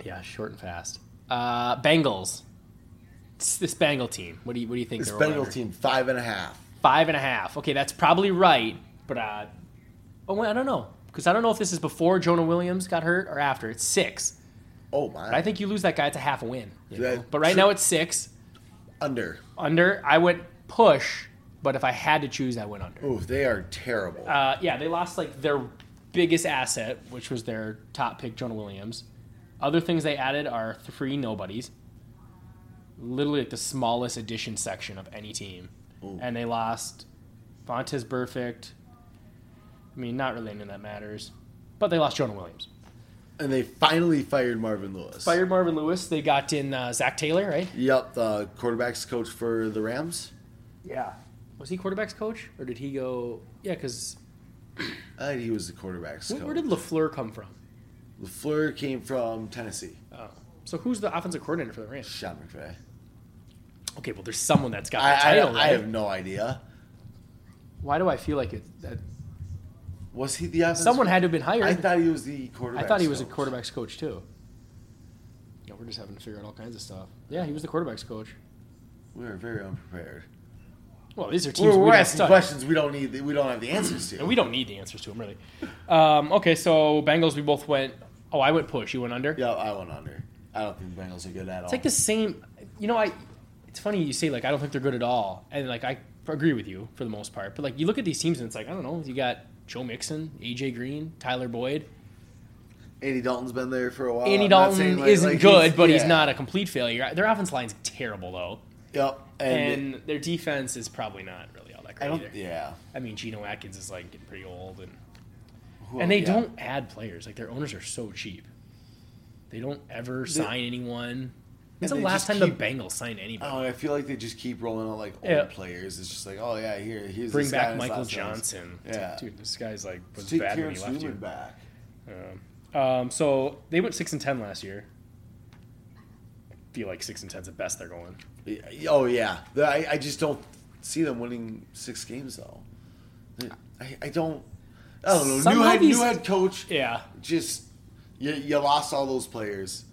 Speaker 2: Yeah, short and fast. Uh, Bengals. It's this Bengal team. What do you What do you think?
Speaker 1: This
Speaker 2: their over
Speaker 1: Bengal
Speaker 2: under-
Speaker 1: team, five and a half.
Speaker 2: Five and a half. Okay, that's probably right. But uh, oh wait, I don't know because I don't know if this is before Jonah Williams got hurt or after. It's six.
Speaker 1: Oh my.
Speaker 2: But I think you lose that guy, it's a half a win. you
Speaker 1: That-
Speaker 2: know? But right now it's six
Speaker 1: under.
Speaker 2: under. I went push, but if I had to choose, I went under.
Speaker 1: Oh, they are terrible.
Speaker 2: Uh, yeah, they lost like their biggest asset, which was their top pick, Jonah Williams. Other things they added are three nobodies, literally like the smallest addition section of any team,
Speaker 1: Ooh.
Speaker 2: and they lost Vontez Perfect. I mean, not really anything that matters, but they lost Jonah Williams.
Speaker 1: and they finally fired Marvin Lewis.
Speaker 2: Fired Marvin Lewis. They got in uh, Zach Taylor, right?
Speaker 1: Yep, the quarterbacks coach for the Rams.
Speaker 2: Yeah. Was he quarterbacks coach, or did he go? Yeah, because
Speaker 1: I think Uh, he was the quarterbacks
Speaker 2: where,
Speaker 1: coach.
Speaker 2: where did Lafleur come from?
Speaker 1: Lafleur came from Tennessee.
Speaker 2: Oh. So who's the offensive coordinator for the Rams?
Speaker 1: Sean McVay.
Speaker 2: Okay, well, there's someone that's got the
Speaker 1: I, I,
Speaker 2: title.
Speaker 1: I
Speaker 2: right?
Speaker 1: have no idea.
Speaker 2: Why do I feel like it? That
Speaker 1: Was he the offensive?
Speaker 2: someone had to have been hired.
Speaker 1: I thought he was the quarterback.
Speaker 2: I thought he was a
Speaker 1: coach.
Speaker 2: quarterbacks coach too. Yeah, we're just having to figure out all kinds of stuff. Yeah, he was the quarterbacks coach.
Speaker 1: We are very unprepared.
Speaker 2: Well, these are teams
Speaker 1: We're,
Speaker 2: we
Speaker 1: we're
Speaker 2: don't
Speaker 1: asking
Speaker 2: study,
Speaker 1: questions we don't need. We don't have the answers to.
Speaker 2: and we don't need the answers to them really. Um, okay, so Bengals, we both went. Oh, I went push. You went under.
Speaker 1: yeah, I went under. I don't think the Bengals are good at all.
Speaker 2: It's like the same. You know, I. It's funny you say like I don't think they're good at all, and like I agree with you for the most part. But like you look at these teams and it's like I don't know. You got Joe Mixon, AJ Green, Tyler Boyd.
Speaker 1: Andy Dalton's been there for a while.
Speaker 2: Andy
Speaker 1: I'm not
Speaker 2: Dalton
Speaker 1: saying, like-
Speaker 2: isn't
Speaker 1: like,
Speaker 2: good, but he's
Speaker 1: yeah.
Speaker 2: not a complete failure. Their offense line's terrible though,
Speaker 1: Yep. And,
Speaker 2: and their defense is probably not really all that
Speaker 1: I
Speaker 2: great
Speaker 1: don't.
Speaker 2: either.
Speaker 1: Yeah.
Speaker 2: I mean, Geno Atkins is like getting pretty old, and
Speaker 1: Who-
Speaker 2: and they
Speaker 1: yeah.
Speaker 2: don't add players. Like their owners are so cheap, they don't ever sign anyone. When's the
Speaker 1: they
Speaker 2: last time
Speaker 1: just
Speaker 2: the Bengals signed anybody?
Speaker 1: Oh, I feel like they just keep rolling out like old
Speaker 2: Yeah.
Speaker 1: players. It's just like, oh yeah, here, here's
Speaker 2: Bring
Speaker 1: this guy
Speaker 2: back
Speaker 1: and his
Speaker 2: Michael
Speaker 1: last name's-
Speaker 2: Johnson. It's
Speaker 1: Yeah.
Speaker 2: like, dude, this guy's like was
Speaker 1: Let's take
Speaker 2: bad when
Speaker 1: Terrence
Speaker 2: he left
Speaker 1: Newman
Speaker 2: you.
Speaker 1: back.
Speaker 2: Um, so they went six and ten last year. Feel like six and ten's the best they're going.
Speaker 1: Yeah, Oh yeah, The- I, I just don't see them winning six games though. I, I don't. I don't know.
Speaker 2: Somehow
Speaker 1: new head,
Speaker 2: these-
Speaker 1: new head coach.
Speaker 2: Yeah,
Speaker 1: Just you, you lost all those players.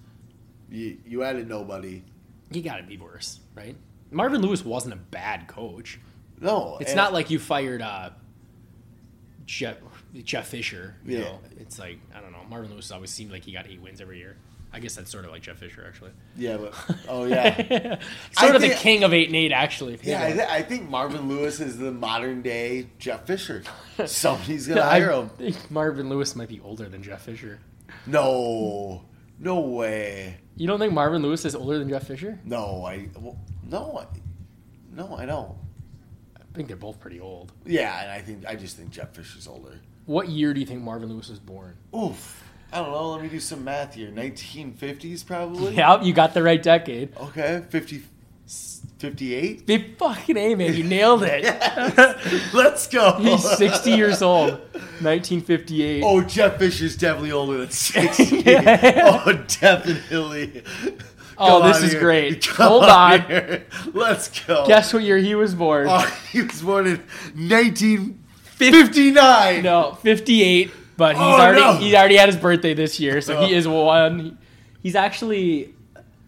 Speaker 1: You, you added nobody.
Speaker 2: you got to be worse, right? Marvin Lewis wasn't a bad coach.
Speaker 1: No,
Speaker 2: It's
Speaker 1: and-
Speaker 2: not like you fired uh, Jeff Jeff Fisher. You
Speaker 1: Yeah.
Speaker 2: know, it's like I don't know. Marvin Lewis always seemed like he got eight wins every year. I guess that's sort of like Jeff Fisher, actually.
Speaker 1: yeah, but oh yeah,
Speaker 2: sort
Speaker 1: I
Speaker 2: of the
Speaker 1: think-
Speaker 2: king of eight and eight, actually. if you
Speaker 1: yeah. I,
Speaker 2: think
Speaker 1: th- I think Marvin Lewis is the modern day Jeff Fisher. Somebody's gonna
Speaker 2: about it.
Speaker 1: hire him.
Speaker 2: I think Marvin Lewis might be older than Jeff Fisher.
Speaker 1: No, no way.
Speaker 2: You don't think Marvin Lewis is older than Jeff Fisher?
Speaker 1: No, I well, no, I, no, I don't.
Speaker 2: I think they're both pretty old.
Speaker 1: Yeah, and I think I just think Jeff Fisher's older.
Speaker 2: What year do you think Marvin Lewis was born?
Speaker 1: Oof. I don't know. Let me do some math here. 1950s, probably.
Speaker 2: Yeah, you got the right decade.
Speaker 1: Okay. 50, 58.
Speaker 2: Big fucking A, man. You nailed it.
Speaker 1: Let's go.
Speaker 2: He's 60 years old, 1958.
Speaker 1: Oh, Jeff Fisher's definitely older than 60.
Speaker 2: Yeah.
Speaker 1: Oh, definitely.
Speaker 2: Oh,
Speaker 1: Come
Speaker 2: this
Speaker 1: on
Speaker 2: is
Speaker 1: here.
Speaker 2: great.
Speaker 1: Come
Speaker 2: Hold on.
Speaker 1: here. Let's go.
Speaker 2: Guess what year he was born?
Speaker 1: Oh, he was born in 1959.
Speaker 2: no, 58. But he's
Speaker 1: Oh,
Speaker 2: already
Speaker 1: no.
Speaker 2: he's already had his birthday this year, so he
Speaker 1: Oh.
Speaker 2: is one. He's actually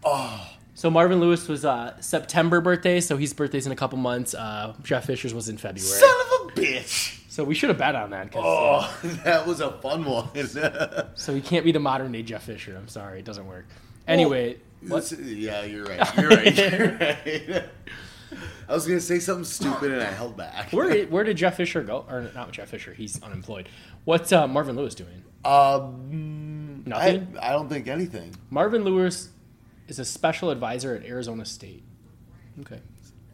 Speaker 1: Oh,
Speaker 2: so Marvin Lewis was uh, September birthday, so his birthday's in a couple months. Uh, Jeff Fisher's was in February,
Speaker 1: son of a bitch.
Speaker 2: so we should have bet on that. 'cause, uh,
Speaker 1: Oh, that was a fun one.
Speaker 2: so he can't be the modern day Jeff Fisher. I'm sorry, it doesn't work. Anyway, what?
Speaker 1: Let's- Yeah, you're right. You're right. You're right. I was gonna say something stupid and I held back.
Speaker 2: where where did Jeff Fisher go? Or not Jeff Fisher? He's unemployed. What's uh, Marvin Lewis doing?
Speaker 1: Um,
Speaker 2: Nothing?
Speaker 1: I, I don't think anything.
Speaker 2: Marvin Lewis is a special advisor at Arizona State. Okay.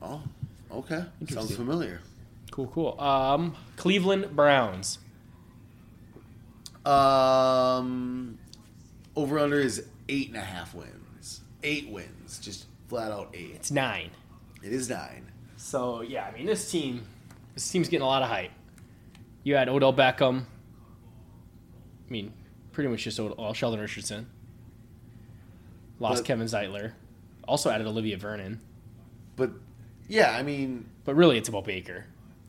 Speaker 1: Oh, okay. Sounds
Speaker 2: Interesting.
Speaker 1: familiar.
Speaker 2: Cool, cool. Um, Cleveland Browns.
Speaker 1: Um, over under is eight and a half wins. Eight wins, just flat out eight.
Speaker 2: It's nine.
Speaker 1: It is nine.
Speaker 2: So yeah, I mean this team, this team's getting a lot of hype. You had Odell Beckham. I mean, pretty much just Odell, Sheldon Richardson. Lost
Speaker 1: But-
Speaker 2: Kevin Zeitler. Also added Olivia Vernon.
Speaker 1: But yeah, I mean,
Speaker 2: But really, it's about Baker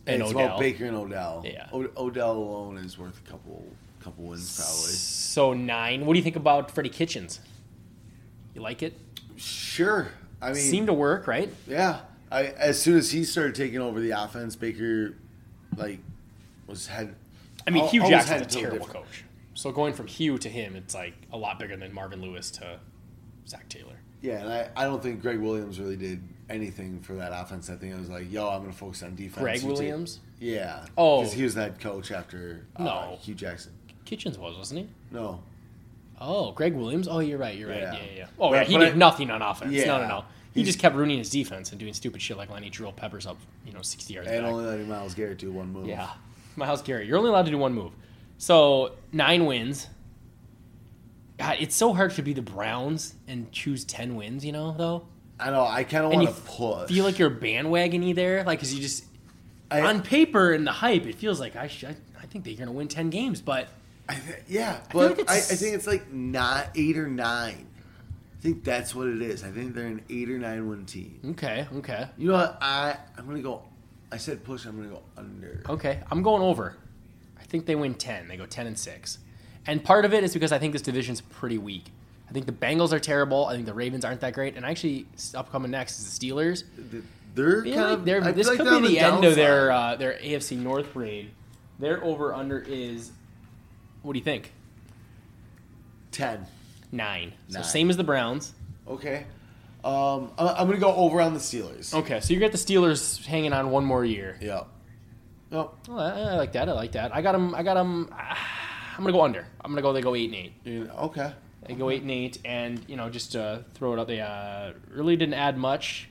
Speaker 2: and
Speaker 1: it's
Speaker 2: Odell.
Speaker 1: about Baker and Odell.
Speaker 2: Yeah.
Speaker 1: O- Odell alone is worth a couple couple wins probably.
Speaker 2: So nine. What do you think about Freddie Kitchens? You like it?
Speaker 1: Sure. I mean,
Speaker 2: Seemed to work, right?
Speaker 1: yeah. I as soon as he started taking over the offense, Baker like was head.
Speaker 2: I mean,
Speaker 1: al-
Speaker 2: Hugh
Speaker 1: always
Speaker 2: Jackson's
Speaker 1: had
Speaker 2: a
Speaker 1: to look
Speaker 2: terrible
Speaker 1: different.
Speaker 2: coach. So going from Hugh to him, it's like a lot bigger than Marvin Lewis to Zach Taylor.
Speaker 1: Yeah, and I, I don't think Greg Williams really did anything for that offense. I think it was like, yo, I'm going to focus on defense.
Speaker 2: Greg
Speaker 1: You take-
Speaker 2: Williams?
Speaker 1: Yeah.
Speaker 2: Oh.
Speaker 1: Because he was the head coach after uh,
Speaker 2: No.
Speaker 1: Hugh Jackson.
Speaker 2: Kitchens was, wasn't he?
Speaker 1: No.
Speaker 2: Oh, Greg Williams. Oh, you're right. You're right. Yeah,
Speaker 1: Yeah.
Speaker 2: yeah. yeah. Oh,
Speaker 1: But-
Speaker 2: yeah. He
Speaker 1: but
Speaker 2: did
Speaker 1: I-
Speaker 2: nothing on offense. No, no,
Speaker 1: Yeah.
Speaker 2: no. He
Speaker 1: He's-
Speaker 2: just kept ruining his defense and doing stupid shit like Lenny drill peppers up, you know, sixty yards.
Speaker 1: And
Speaker 2: back.
Speaker 1: only letting Miles Garrett do one move.
Speaker 2: Yeah. Miles Garrett, you're only allowed to do one move. So nine wins. God, it's so hard to be the Browns and choose ten wins, you know, though.
Speaker 1: I know. I kind of
Speaker 2: And
Speaker 1: want
Speaker 2: you
Speaker 1: to push.
Speaker 2: feel like you're bandwagony there, like because you just
Speaker 1: I,
Speaker 2: on paper and the hype, it feels like I should. I think they're gonna win ten games, but
Speaker 1: I th- yeah,
Speaker 2: feel
Speaker 1: but
Speaker 2: like
Speaker 1: I, I
Speaker 2: it's-
Speaker 1: think it's like not eight or nine. I think that's what it is. I think they're an eight or nine win team.
Speaker 2: okay, okay,
Speaker 1: You know what? I I'm gonna go. I said push. I'm gonna go under.
Speaker 2: okay. I'm going over. I think they win ten. They go ten and six, and part of it is because I think this division's pretty weak. I think the Bengals are terrible. I think the Ravens aren't that great, and actually, upcoming next is the Steelers.
Speaker 1: Th- They're
Speaker 2: feel
Speaker 1: kind
Speaker 2: like
Speaker 1: of.
Speaker 2: they're-
Speaker 1: I
Speaker 2: this
Speaker 1: feel like
Speaker 2: could
Speaker 1: they're
Speaker 2: be
Speaker 1: on
Speaker 2: the, end of
Speaker 1: downside.
Speaker 2: their uh, their AFC North raid. Their over under is what do you think?
Speaker 1: ten.
Speaker 2: Nine. So
Speaker 1: Nine.
Speaker 2: same as the Browns.
Speaker 1: Okay. Um, I- I'm gonna go over on the Steelers.
Speaker 2: Okay, so you got the Steelers hanging on one more year.
Speaker 1: Yeah. No,
Speaker 2: Well, Oh, I, I like that. I like that. I got them. I got them. I'm gonna go under. I'm gonna go. They go eight and eight.
Speaker 1: you- okay.
Speaker 2: They go eight and eight, and you know, just to throw it out, they uh, really didn't add much.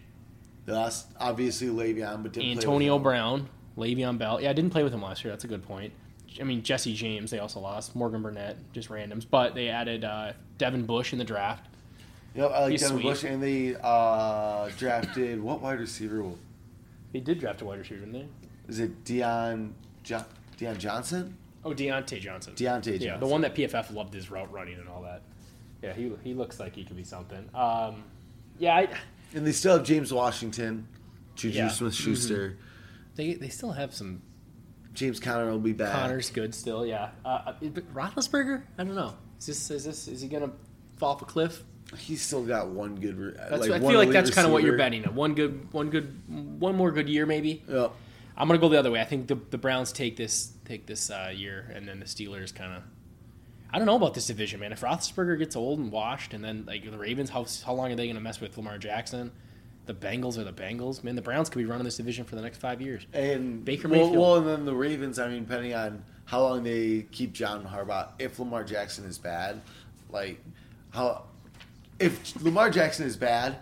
Speaker 1: They lost obviously Le'Veon, but didn't play with
Speaker 2: Antonio
Speaker 1: him.
Speaker 2: Brown, Le'Veon Bell. Yeah, I didn't play with him last year. That's a good point. I mean, Jesse James, they also lost. Morgan Burnett, just randoms. But they added uh, Devin Bush in the draft.
Speaker 1: Yep, I like
Speaker 2: He's
Speaker 1: Devin
Speaker 2: sweet.
Speaker 1: Bush, and they uh, drafted what wide receiver will
Speaker 2: They did draft a wide receiver, didn't they?
Speaker 1: Is it Deion jo- Deion Johnson?
Speaker 2: Oh, Deontay Johnson.
Speaker 1: Deontay
Speaker 2: Yeah, the
Speaker 1: Johnson.
Speaker 2: one that PFF loved his route running and all that. Yeah, he, he looks like he could be something. Um, yeah, I,
Speaker 1: And they still have James Washington, Juju
Speaker 2: Yeah. Mm-hmm.
Speaker 1: Smith Schuster.
Speaker 2: they they still have some
Speaker 1: James Conner will be back.
Speaker 2: Connor's good still. Yeah, uh, but Roethlisberger, I don't know. Is this is this is he gonna fall off a cliff?
Speaker 1: He's still got one good. Re-
Speaker 2: That's
Speaker 1: like
Speaker 2: I
Speaker 1: one
Speaker 2: feel like
Speaker 1: elite
Speaker 2: that's kind of what you're
Speaker 1: receiver.
Speaker 2: betting. on. One good, one good, one more good year maybe.
Speaker 1: Yep.
Speaker 2: I'm gonna go the other way. I think the the Browns take this take this uh, year, and then the Steelers kind of. I don't know about this division, man. If Roethlisberger gets old and washed, and then like the Ravens, how how long are they gonna mess with Lamar Jackson? The Bengals are the Bengals, man. The Browns could be running this division for the next five years.
Speaker 1: And
Speaker 2: Baker
Speaker 1: well,
Speaker 2: Mayfield.
Speaker 1: well, and then the Ravens. I mean, depending on how long they keep John Harbaugh, if Lamar Jackson is bad, like how if Lamar Jackson is bad,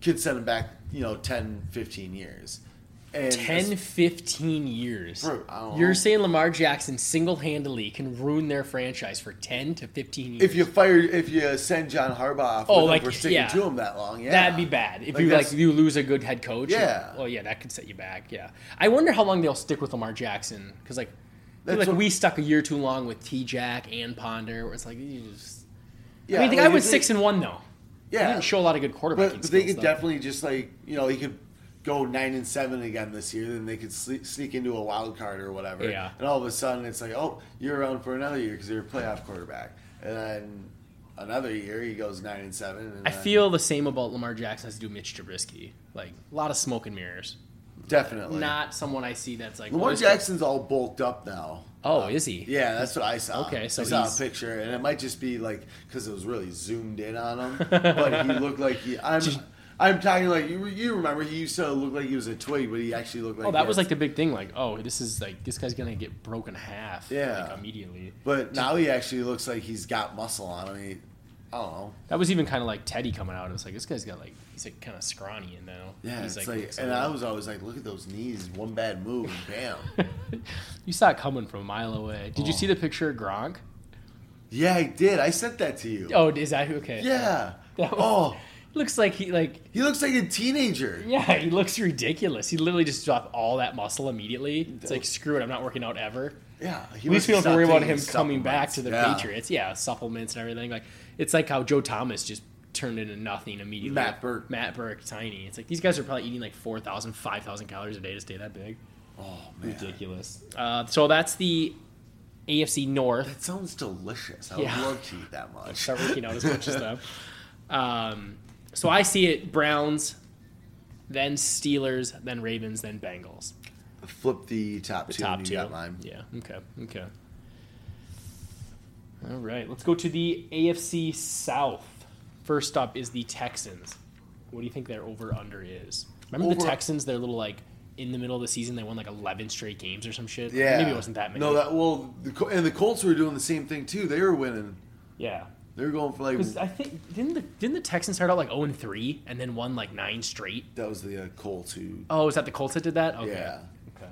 Speaker 1: could send him back. You know, 10, 15 years. And
Speaker 2: 10, 15 years.
Speaker 1: Bro, I don't know.
Speaker 2: You're saying Lamar Jackson single handedly can ruin their franchise for 10 to 15 years.
Speaker 1: If you fire, if you send John Harbaugh, off
Speaker 2: Oh,
Speaker 1: with him
Speaker 2: like,
Speaker 1: for sticking
Speaker 2: yeah.
Speaker 1: to him that long, yeah,
Speaker 2: That'd be bad. If
Speaker 1: Like,
Speaker 2: you like
Speaker 1: that's-
Speaker 2: you lose a good head coach.
Speaker 1: Yeah.
Speaker 2: Well, yeah, that could set you back. Yeah. I wonder how long they'll stick with Lamar Jackson because like, I feel
Speaker 1: That's
Speaker 2: like
Speaker 1: what-
Speaker 2: we stuck a year too long with T Jack and Ponder, where it's like you just.
Speaker 1: Yeah,
Speaker 2: I mean, the
Speaker 1: like,
Speaker 2: guy
Speaker 1: if
Speaker 2: went
Speaker 1: they-
Speaker 2: six and one though. He
Speaker 1: Yeah,
Speaker 2: didn't show a lot of good quarterbacking
Speaker 1: but, but they
Speaker 2: skills,
Speaker 1: could
Speaker 2: though.
Speaker 1: definitely just like you know he could go nine and seven again this year, then they could sle- sneak into a wild card or whatever.
Speaker 2: Yeah.
Speaker 1: and all of a sudden it's like, oh, you're around for another year because you're a playoff quarterback, and then another year he goes nine and seven. And
Speaker 2: I
Speaker 1: then-
Speaker 2: feel the same about Lamar Jackson as I do Mitch Trubisky. Like a lot of smoke and mirrors.
Speaker 1: definitely
Speaker 2: Not someone I see that's like
Speaker 1: Lamar
Speaker 2: oh, this-
Speaker 1: Jackson's all bulked up now.
Speaker 2: Oh, is he?
Speaker 1: Um, Yeah, that's what I saw.
Speaker 2: Okay, so
Speaker 1: I saw
Speaker 2: he's-
Speaker 1: a picture, and it might just be like because it was really zoomed in on him, but he looked like he. I'm, I'm talking like you. You remember he used to look like he was a twig, but he actually looked like.
Speaker 2: Oh, that
Speaker 1: he
Speaker 2: was
Speaker 1: had-
Speaker 2: like the big thing. Like, oh, this is like this guy's gonna get broken in half.
Speaker 1: Yeah.
Speaker 2: like, immediately.
Speaker 1: But now he actually looks like he's got muscle on him. He, I don't know.
Speaker 2: That was even kind of like Teddy coming out. It was like this guy's got like he's like kind of scrawny and now.
Speaker 1: Yeah,
Speaker 2: he's
Speaker 1: it's like,
Speaker 2: looks
Speaker 1: and
Speaker 2: a
Speaker 1: I
Speaker 2: little-
Speaker 1: was always like, look at those knees. One bad move, and bam.
Speaker 2: You saw it coming from a mile away. Did you
Speaker 1: Oh.
Speaker 2: see the picture of Gronk?
Speaker 1: yeah, I did. I sent that to you.
Speaker 2: Oh, is that who? Okay.
Speaker 1: Yeah.
Speaker 2: That was-
Speaker 1: Oh,
Speaker 2: Looks like he like
Speaker 1: he looks like a teenager.
Speaker 2: yeah he looks ridiculous. He literally just dropped all that muscle immediately. It's like screw it, I'm not working out ever.
Speaker 1: Yeah. He
Speaker 2: At
Speaker 1: must
Speaker 2: least we don't have to
Speaker 1: stop
Speaker 2: worry about
Speaker 1: taking
Speaker 2: him coming back
Speaker 1: supplements.
Speaker 2: to the
Speaker 1: Yeah.
Speaker 2: Patriots. Yeah, supplements and everything. Like it's like how Joe Thomas just turned into nothing immediately.
Speaker 1: Matt Burke.
Speaker 2: Matt Burke, tiny. It's like these guys are probably eating like 4,000, 5,000 calories a day to stay that big.
Speaker 1: Oh man,
Speaker 2: Ridiculous. Uh, so that's the AFC North.
Speaker 1: that sounds delicious. I
Speaker 2: Yeah.
Speaker 1: would love to eat that much.
Speaker 2: Start working out as much as them. Um, so I see it Browns, then Steelers, then Ravens, then Bengals.
Speaker 1: Flip the top
Speaker 2: the
Speaker 1: two.
Speaker 2: top
Speaker 1: and
Speaker 2: two.
Speaker 1: you got mine.
Speaker 2: Yeah. Okay. Okay. All right. Let's go to the AFC South. First up is the Texans. What do you think their over under is? Remember the
Speaker 1: Over-
Speaker 2: Texans? Their little like in the middle of the season, they won like eleven straight games or some shit.
Speaker 1: Yeah,
Speaker 2: Maybe it wasn't that many.
Speaker 1: No, that well, the, Col- and the Colts were doing the same thing too. They were winning.
Speaker 2: yeah.
Speaker 1: They were going for like
Speaker 2: Because I think didn't the didn't the Texans start out like zero and three and then won like nine straight?
Speaker 1: that was the uh, Colts who.
Speaker 2: Oh, is that the Colts that did that? Okay.
Speaker 1: Yeah.
Speaker 2: Okay.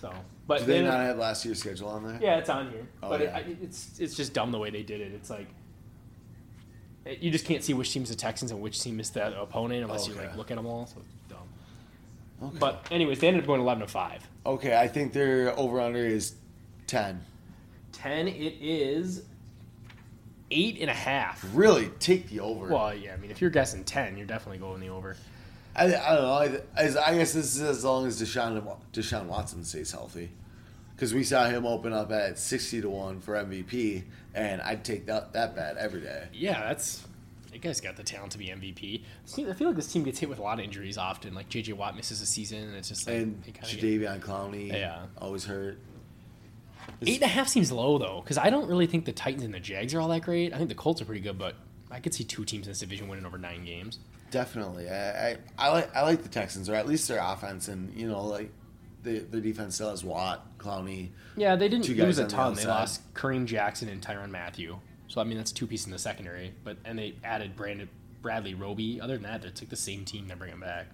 Speaker 2: So, but
Speaker 1: Do they
Speaker 2: then-
Speaker 1: not have last year's schedule on there?
Speaker 2: Yeah, it's on here,
Speaker 1: Oh,
Speaker 2: but
Speaker 1: yeah.
Speaker 2: it, I, it's it's just dumb the way they did it. It's like it- you just can't see which team's the Texans and which team is the opponent unless you
Speaker 1: Okay.
Speaker 2: like look at them all. So it's dumb.
Speaker 1: Okay.
Speaker 2: But anyways, they ended up going eleven to five.
Speaker 1: okay, I think their over under is ten.
Speaker 2: Ten. It is eight and a half.
Speaker 1: Really, take the over.
Speaker 2: Well, yeah. I mean, if you're guessing ten, you're definitely going the over.
Speaker 1: I, I don't know. I, as, I guess this is as long as Deshaun Deshaun Watson stays healthy, because we saw him open up at sixty to one for MVP, and I'd take that that bet every day.
Speaker 2: Yeah, that's. That guy's got the talent to be MVP. This team- I feel like this team gets hit with a lot of injuries often. Like JJ Watt misses a season, and it's just like
Speaker 1: And
Speaker 2: they kinda get-
Speaker 1: Jadavion Clowney,
Speaker 2: Yeah.
Speaker 1: always hurt.
Speaker 2: Eight and a half seems low though, because I don't really think the Titans and the Jags are all that great. I think the Colts are pretty good, but I could see two teams in this division winning over nine games.
Speaker 1: Definitely, I, I, I like I like the Texans, or at least their offense, and you know, like the the defense still has Watt, Clowney.
Speaker 2: Yeah, they didn't
Speaker 1: Two guys
Speaker 2: lose a
Speaker 1: on the
Speaker 2: ton. They
Speaker 1: outside.
Speaker 2: lost Kareem Jackson and Tyron Matthew, so I mean that's two pieces in the secondary. But and they added Brandon Bradley Roby. Other than that, they took the same team and bring them back.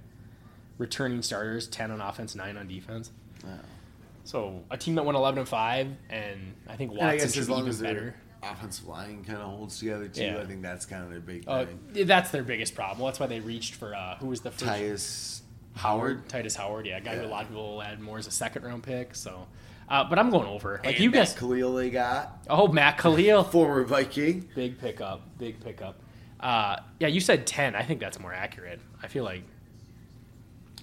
Speaker 2: Returning starters, ten on offense, nine on defense. So a team that went eleven and five, and I think
Speaker 1: And I
Speaker 2: Watson
Speaker 1: guess
Speaker 2: should
Speaker 1: as
Speaker 2: be
Speaker 1: long
Speaker 2: even
Speaker 1: as their
Speaker 2: better.
Speaker 1: offensive line kind of holds together too,
Speaker 2: Yeah.
Speaker 1: I think that's kind of their big
Speaker 2: Uh,
Speaker 1: thing.
Speaker 2: that's their biggest problem. That's why they reached for uh, who was the first
Speaker 1: Tyus Howard.
Speaker 2: Titus Howard, yeah, a guy who a
Speaker 1: Yeah.
Speaker 2: lot of people will add more as a second round pick. So, uh, but I'm going over. Like
Speaker 1: and
Speaker 2: you
Speaker 1: Matt
Speaker 2: guys,
Speaker 1: Khalil they got
Speaker 2: oh Matt Khalil,
Speaker 1: former Viking.
Speaker 2: big pickup, big pickup. Uh, yeah, you said ten. I think that's more accurate. I feel like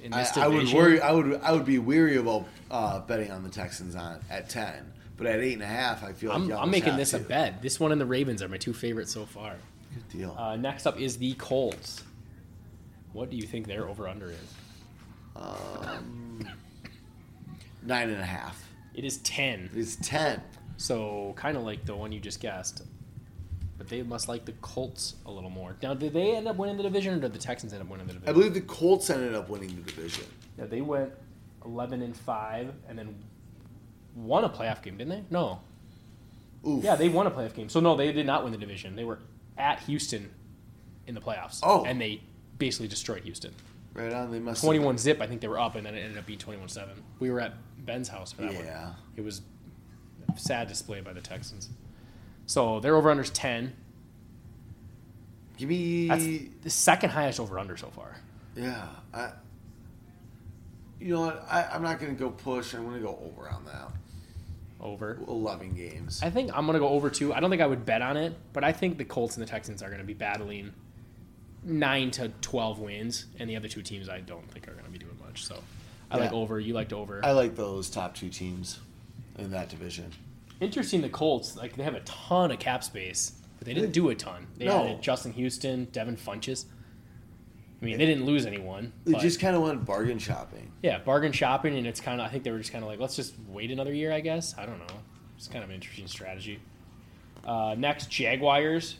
Speaker 2: in
Speaker 1: I,
Speaker 2: this
Speaker 1: I would
Speaker 2: division-
Speaker 1: worry. I would. I would be weary about uh, betting on the Texans on at ten, but at eight and a half, I feel like
Speaker 2: I'm,
Speaker 1: you
Speaker 2: I'm
Speaker 1: almost
Speaker 2: making
Speaker 1: have
Speaker 2: this a
Speaker 1: to.
Speaker 2: bet. This one and the Ravens are my two favorites so far.
Speaker 1: Good deal.
Speaker 2: Uh, next up is the Colts. What do you think their over under is?
Speaker 1: Nine and a half
Speaker 2: It is ten.
Speaker 1: is ten.
Speaker 2: So kind of like the one you just guessed. But they must like the Colts a little more. Now, did they end up winning the division, or did the Texans end up winning the division?
Speaker 1: I believe the Colts ended up winning the division.
Speaker 2: Yeah, they went eleven and five, and then won a playoff game, didn't they? No.
Speaker 1: Oof.
Speaker 2: Yeah, they won a playoff game. So no, they did not win the division. They were at Houston in the playoffs.
Speaker 1: Oh.
Speaker 2: And they basically destroyed Houston.
Speaker 1: right on. They must have-
Speaker 2: Twenty one zip. I think they were up, and then it ended up being twenty one seven. We were at Ben's house for that one.
Speaker 1: Yeah.
Speaker 2: It was a sad display by the Texans. So their over unders ten.
Speaker 1: Give me.
Speaker 2: That's the second highest over under so far.
Speaker 1: Yeah. I, you know what? I, I'm not going to go push. I'm going to go over on that.
Speaker 2: Over.
Speaker 1: 11 games.
Speaker 2: I think I'm gonna go over two. I don't think I would bet on it, but I think the Colts and the Texans are gonna be battling nine to twelve wins, and the other two teams I don't think are gonna be doing much. So I like
Speaker 1: Yeah.
Speaker 2: over. You liked over.
Speaker 1: I like those top two teams in that division.
Speaker 2: Interesting. The Colts like they have a ton of cap space, but they didn't do a ton. They
Speaker 1: No.
Speaker 2: added Justin Houston, Devin Funches. I mean, they didn't lose anyone.
Speaker 1: They
Speaker 2: but-
Speaker 1: just kind of went bargain shopping.
Speaker 2: Yeah, bargain shopping, and it's kind of. I think they were just kind of like, let's just wait another year, I guess. I don't know. It's kind of an interesting strategy. Uh, next, Jaguars.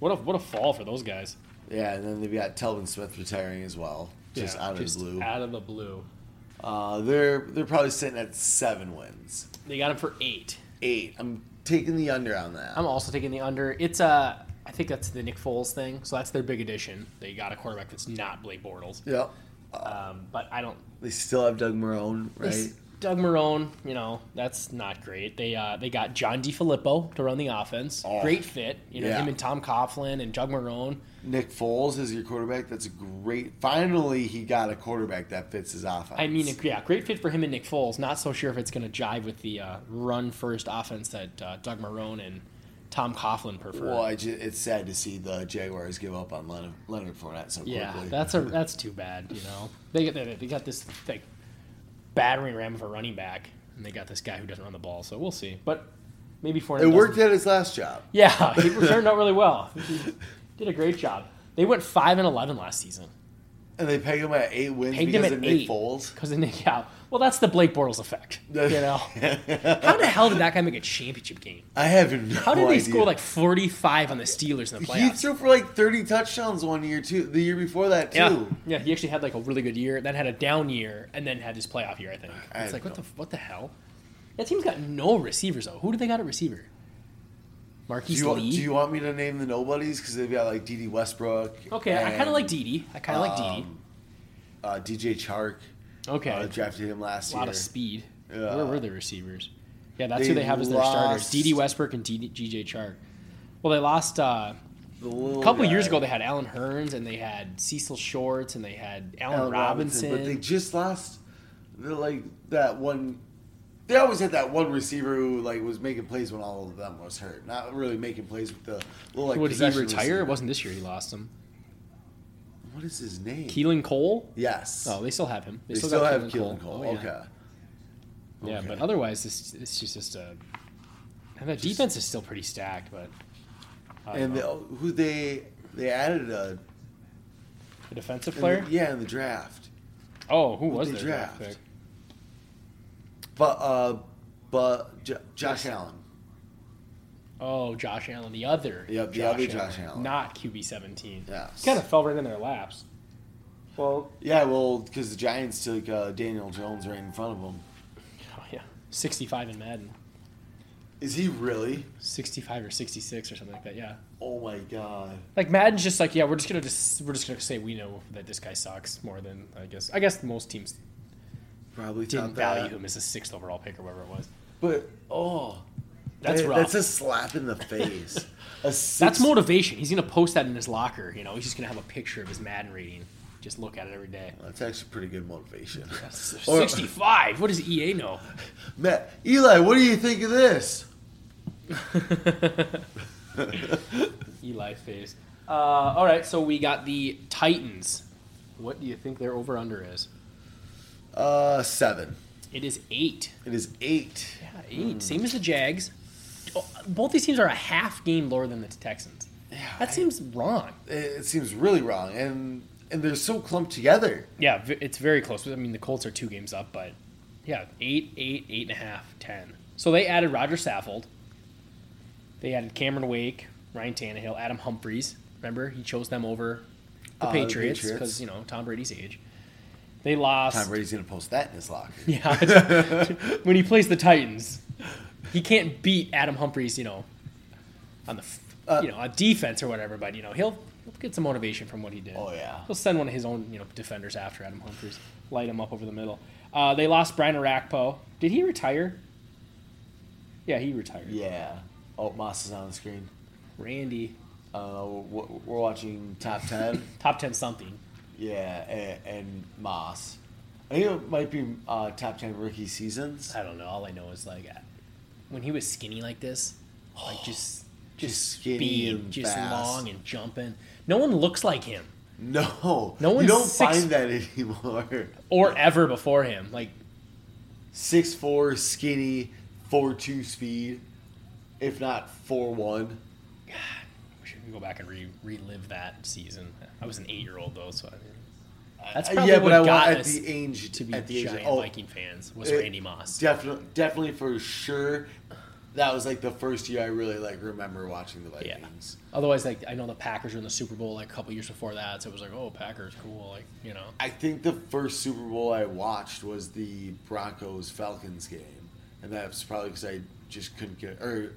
Speaker 2: What a what a fall for those guys.
Speaker 1: Yeah, and then they've got Telvin Smith retiring as well, just
Speaker 2: Yeah,
Speaker 1: out of
Speaker 2: just
Speaker 1: the blue.
Speaker 2: Out of the blue,
Speaker 1: uh, they're they're probably sitting at seven wins,
Speaker 2: they got him for eight.
Speaker 1: eight. I'm taking the under on that.
Speaker 2: I'm also taking the under. It's uh, I think that's the Nick Foles thing. So that's their big addition. They got a quarterback that's not Blake Bortles.
Speaker 1: yep.
Speaker 2: Um, but I don't
Speaker 1: They still have Doug Marone, right?
Speaker 2: It's Doug Marone, you know, that's not great. They uh, they got John DiFilippo to run the offense.
Speaker 1: Oh.
Speaker 2: Great fit. You know,
Speaker 1: Yeah.
Speaker 2: him and Tom Coughlin and Doug Marone.
Speaker 1: Nick Foles is your quarterback. That's great. Finally, he got a quarterback that fits his offense.
Speaker 2: I mean, yeah, great fit for him and Nick Foles. Not so sure if it's going to jive with the uh, run first offense that uh, Doug Marone and Tom Coughlin preferred.
Speaker 1: Well, I ju- it's sad to see the Jaguars give up on Leonard, Leonard Fournette so
Speaker 2: yeah,
Speaker 1: quickly.
Speaker 2: that's a that's too bad. You know, they got they, they got this like battering ram of a running back, and they got this guy who doesn't run the ball. So we'll see. But maybe Fournette.
Speaker 1: it
Speaker 2: doesn't-
Speaker 1: worked at his last job.
Speaker 2: Yeah, he turned out really well. He did a great job. They went five and eleven last season.
Speaker 1: And they pegged him at eight wins
Speaker 2: Pegged him
Speaker 1: because
Speaker 2: at
Speaker 1: of Nick
Speaker 2: eight.
Speaker 1: Foles.
Speaker 2: Because then, yeah, well, that's the Blake Bortles effect. You know, how the hell did that guy make a championship game?
Speaker 1: I have no
Speaker 2: How did they
Speaker 1: idea.
Speaker 2: score like forty-five on the Steelers in the
Speaker 1: He
Speaker 2: playoffs?
Speaker 1: threw for like 30 touchdowns one year, too. The year before that, too.
Speaker 2: Yeah, yeah, he actually had like a really good year, then had a down year, and then had his playoff year. I think
Speaker 1: I
Speaker 2: it's like what
Speaker 1: don't-
Speaker 2: the what the hell? That team's got no receivers though. Who do they got at receiver?
Speaker 1: Do,
Speaker 2: Marquise
Speaker 1: you,
Speaker 2: Lee.
Speaker 1: do you want me to name the nobodies? Because they've got like D.D. Westbrook.
Speaker 2: okay, I kind of
Speaker 1: and,
Speaker 2: like Didi. I kind of like Didi.
Speaker 1: um, uh, DJ Chark.
Speaker 2: Okay,
Speaker 1: Uh, drafted him last
Speaker 2: a lot
Speaker 1: year.
Speaker 2: of speed.
Speaker 1: Yeah.
Speaker 2: Where were the receivers? Yeah, that's who
Speaker 1: They
Speaker 2: they have as their starters:
Speaker 1: lost-
Speaker 2: D.D. Westbrook and D.D. G.J. Chark. Well, they lost uh,
Speaker 1: The
Speaker 2: a
Speaker 1: little
Speaker 2: couple years
Speaker 1: guy,
Speaker 2: ago. They had Alan Hearns and they had Cecil Shorts Oh, and they had Alan,
Speaker 1: Allen
Speaker 2: Robinson.
Speaker 1: But they just lost, the, like, that one. They always had that one receiver who like was making plays when all of them was hurt. Not really making plays with the little like.
Speaker 2: Would he
Speaker 1: possession
Speaker 2: retire?
Speaker 1: receiver.
Speaker 2: It wasn't this year. He lost him.
Speaker 1: What is his name?
Speaker 2: Keelan Cole.
Speaker 1: Yes.
Speaker 2: Oh, they still have him.
Speaker 1: They still,
Speaker 2: got
Speaker 1: have Keelan Cole.
Speaker 2: Oh, yeah.
Speaker 1: Okay.
Speaker 2: Yeah,
Speaker 1: Okay.
Speaker 2: but otherwise, this it's just just a. And the defense is still pretty stacked, but. I don't
Speaker 1: And they,
Speaker 2: know.
Speaker 1: oh, who they they added a
Speaker 2: the defensive
Speaker 1: in
Speaker 2: player.
Speaker 1: the- yeah, in the draft.
Speaker 2: oh, who
Speaker 1: Who'd
Speaker 2: was
Speaker 1: they
Speaker 2: their draft?
Speaker 1: draft?
Speaker 2: pick?
Speaker 1: But uh, but J- Josh Allen.
Speaker 2: Oh, Josh Allen, the other.
Speaker 1: Yep, the other Josh Allen.
Speaker 2: Not QB seventeen.
Speaker 1: Yes.
Speaker 2: Kind of fell right in their laps. Well,
Speaker 1: Yeah, well, because the Giants took uh, Daniel Jones right in front of them.
Speaker 2: oh, yeah, sixty-five in Madden,
Speaker 1: Is he really?
Speaker 2: sixty-five or sixty-six or something like that. Yeah,
Speaker 1: Oh my god.
Speaker 2: like Madden's just like, yeah, we're just gonna just we're just gonna say we know that this guy sucks more than I guess. I guess most teams
Speaker 1: Probably
Speaker 2: didn't
Speaker 1: thought that.
Speaker 2: value him as a sixth overall pick or whatever it was.
Speaker 1: But oh,
Speaker 2: That's
Speaker 1: that-
Speaker 2: rough.
Speaker 1: That's a slap in the face. a six,
Speaker 2: That's motivation. He's gonna post that in his locker. You know, he's just gonna have a picture of his Madden rating. Just look at it every day.
Speaker 1: That's actually pretty good motivation. Or-
Speaker 2: Sixty-five. What does EA know?
Speaker 1: Matt, Eli, what do you think of this?
Speaker 2: Eli phase. E Uh, all right, so we got the Titans. What do you think their over under is?
Speaker 1: Uh, seven.
Speaker 2: It is eight.
Speaker 1: It is eight.
Speaker 2: Yeah, eight. Same as the Jags. Oh, Both these teams are a half game lower than the Texans.
Speaker 1: Yeah,
Speaker 2: That
Speaker 1: I-
Speaker 2: seems wrong.
Speaker 1: it, it seems really wrong, and and they're so clumped together.
Speaker 2: Yeah, v- it's very close. I mean, the Colts are two games up, but yeah, eight, eight, eight and a half, ten. So they added Roger Saffold. They added Cameron Wake, Ryan Tannehill, Adam Humphries. Remember, he chose them over the
Speaker 1: Uh, the
Speaker 2: Patriots
Speaker 1: Patriots.
Speaker 2: because you know Tom Brady's age. They lost.
Speaker 1: Tom Brady's gonna post that in his locker.
Speaker 2: Yeah, when he plays the Titans, he can't beat Adam Humphries. You know, on the f
Speaker 1: Uh,
Speaker 2: you know on defense or whatever, but you know he'll he'll get some motivation from what he did.
Speaker 1: Oh, yeah.
Speaker 2: he'll send one of his own you know defenders after Adam Humphries, light him up over the middle. Uh, they lost Brian Arakpo. Did he retire? Yeah, he retired.
Speaker 1: Yeah. Oh, Moss is on the screen.
Speaker 2: Randy,
Speaker 1: Uh, we're, we're watching top ten.
Speaker 2: top ten something.
Speaker 1: yeah, and, and Moss. I think it might be uh, top ten rookie seasons.
Speaker 2: I don't know. All I know is like when he was skinny like this, like just
Speaker 1: Just
Speaker 2: just
Speaker 1: skinny
Speaker 2: speed,
Speaker 1: and
Speaker 2: just
Speaker 1: fast.
Speaker 2: long and jumping. No one looks like him.
Speaker 1: No,
Speaker 2: No
Speaker 1: you
Speaker 2: one's
Speaker 1: don't
Speaker 2: six-
Speaker 1: find that anymore.
Speaker 2: or ever before him. Like,
Speaker 1: Six four, skinny, four two speed, if not four one.
Speaker 2: God, we should go back and re- relive that season. I was an eight-year-old though, so I mean, that's probably
Speaker 1: Uh, yeah, but
Speaker 2: what
Speaker 1: I want
Speaker 2: got
Speaker 1: at
Speaker 2: us
Speaker 1: the age
Speaker 2: to be
Speaker 1: at the age
Speaker 2: giant
Speaker 1: of, oh,
Speaker 2: Viking fans was
Speaker 1: It-
Speaker 2: Randy Moss.
Speaker 1: Definitely, definitely for sure. That was like the first year I really like remember watching the
Speaker 2: Yeah.
Speaker 1: Vikings.
Speaker 2: Otherwise, like I know the Packers were in the Super Bowl like a couple years before that, so it was like, oh, Packers, cool, like you know.
Speaker 1: I think the first Super Bowl I watched was the Broncos Falcons game, and that was probably because I just couldn't get or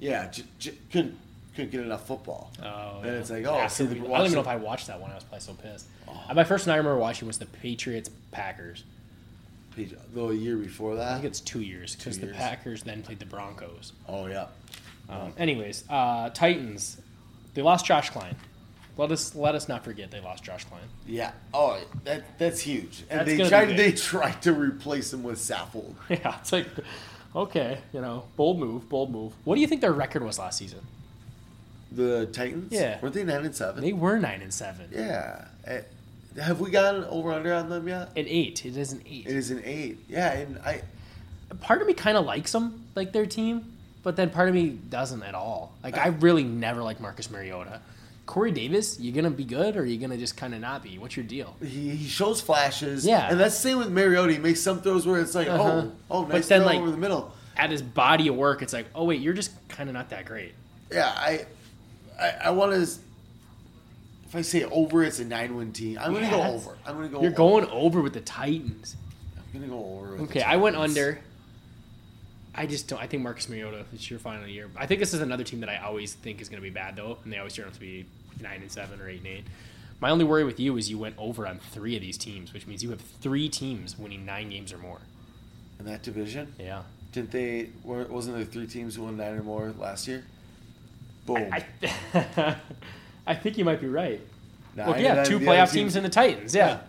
Speaker 1: yeah, j- j- couldn't couldn't get enough football.
Speaker 2: Oh,
Speaker 1: and
Speaker 2: yeah.
Speaker 1: it's like oh,
Speaker 2: After
Speaker 1: see the,
Speaker 2: we- I
Speaker 1: watch
Speaker 2: don't even know if
Speaker 1: the-
Speaker 2: I watched that one. I was probably so pissed.
Speaker 1: Oh.
Speaker 2: Uh, My first night I remember watching was the Patriots Packers.
Speaker 1: the year before
Speaker 2: I think
Speaker 1: that.
Speaker 2: it's two years because the
Speaker 1: years.
Speaker 2: Packers then played the Broncos.
Speaker 1: Oh yeah,
Speaker 2: Um, anyways, uh, Titans, they lost Josh Klein. Let us let us not forget they lost Josh Klein.
Speaker 1: yeah. Oh, that that's huge. And
Speaker 2: That's
Speaker 1: they
Speaker 2: gonna be
Speaker 1: tried
Speaker 2: big.
Speaker 1: they tried to replace him with Saffold.
Speaker 2: Yeah, it's like okay, you know, bold move, bold move. What do you think their record was last season?
Speaker 1: The Titans?
Speaker 2: Yeah.
Speaker 1: Weren't they 9 and 7?
Speaker 2: They were nine and seven.
Speaker 1: Yeah. Eh, have we gotten over under on them yet?
Speaker 2: An eight. It is an eight.
Speaker 1: It is an 8. Yeah, and I.
Speaker 2: part of me kind of likes them, like their team, but then part of me doesn't at all. Like I really never like Marcus Mariota. Corey Davis, you gonna be good or you gonna just kind of not be? What's your deal?
Speaker 1: He, he shows flashes.
Speaker 2: Yeah.
Speaker 1: And that's the same with Mariota. He makes some throws where it's like,
Speaker 2: Uh-huh.
Speaker 1: oh, oh,
Speaker 2: But
Speaker 1: nice
Speaker 2: then,
Speaker 1: throw
Speaker 2: like-
Speaker 1: over the middle.
Speaker 2: At his body of work, it's like, oh wait, you're just kind of not that great.
Speaker 1: Yeah, I, I, I want to. If I say over, it's a nine-win team. I'm gonna go
Speaker 2: Yeah, that's-
Speaker 1: over. I'm gonna go.
Speaker 2: You're
Speaker 1: over.
Speaker 2: going over with the Titans.
Speaker 1: I'm gonna go over. With the
Speaker 2: Okay, I went
Speaker 1: Titans.
Speaker 2: under. I just don't. I think Marcus Mariota. It's your final year. I think this is another team that I always think is going to be bad though, and they always turn out to be nine and seven or eight and eight. My only worry with you is you went over on three of these teams, which means you have three teams winning nine games or more.
Speaker 1: in that division.
Speaker 2: Yeah.
Speaker 1: Didn't they? weren't- Wasn't there three teams who won nine or more last year? Boom.
Speaker 2: I, I, I think you might be right.
Speaker 1: Nine
Speaker 2: Look,
Speaker 1: out
Speaker 2: yeah,
Speaker 1: of
Speaker 2: two
Speaker 1: the other
Speaker 2: playoff teams, and the Titans. Yeah.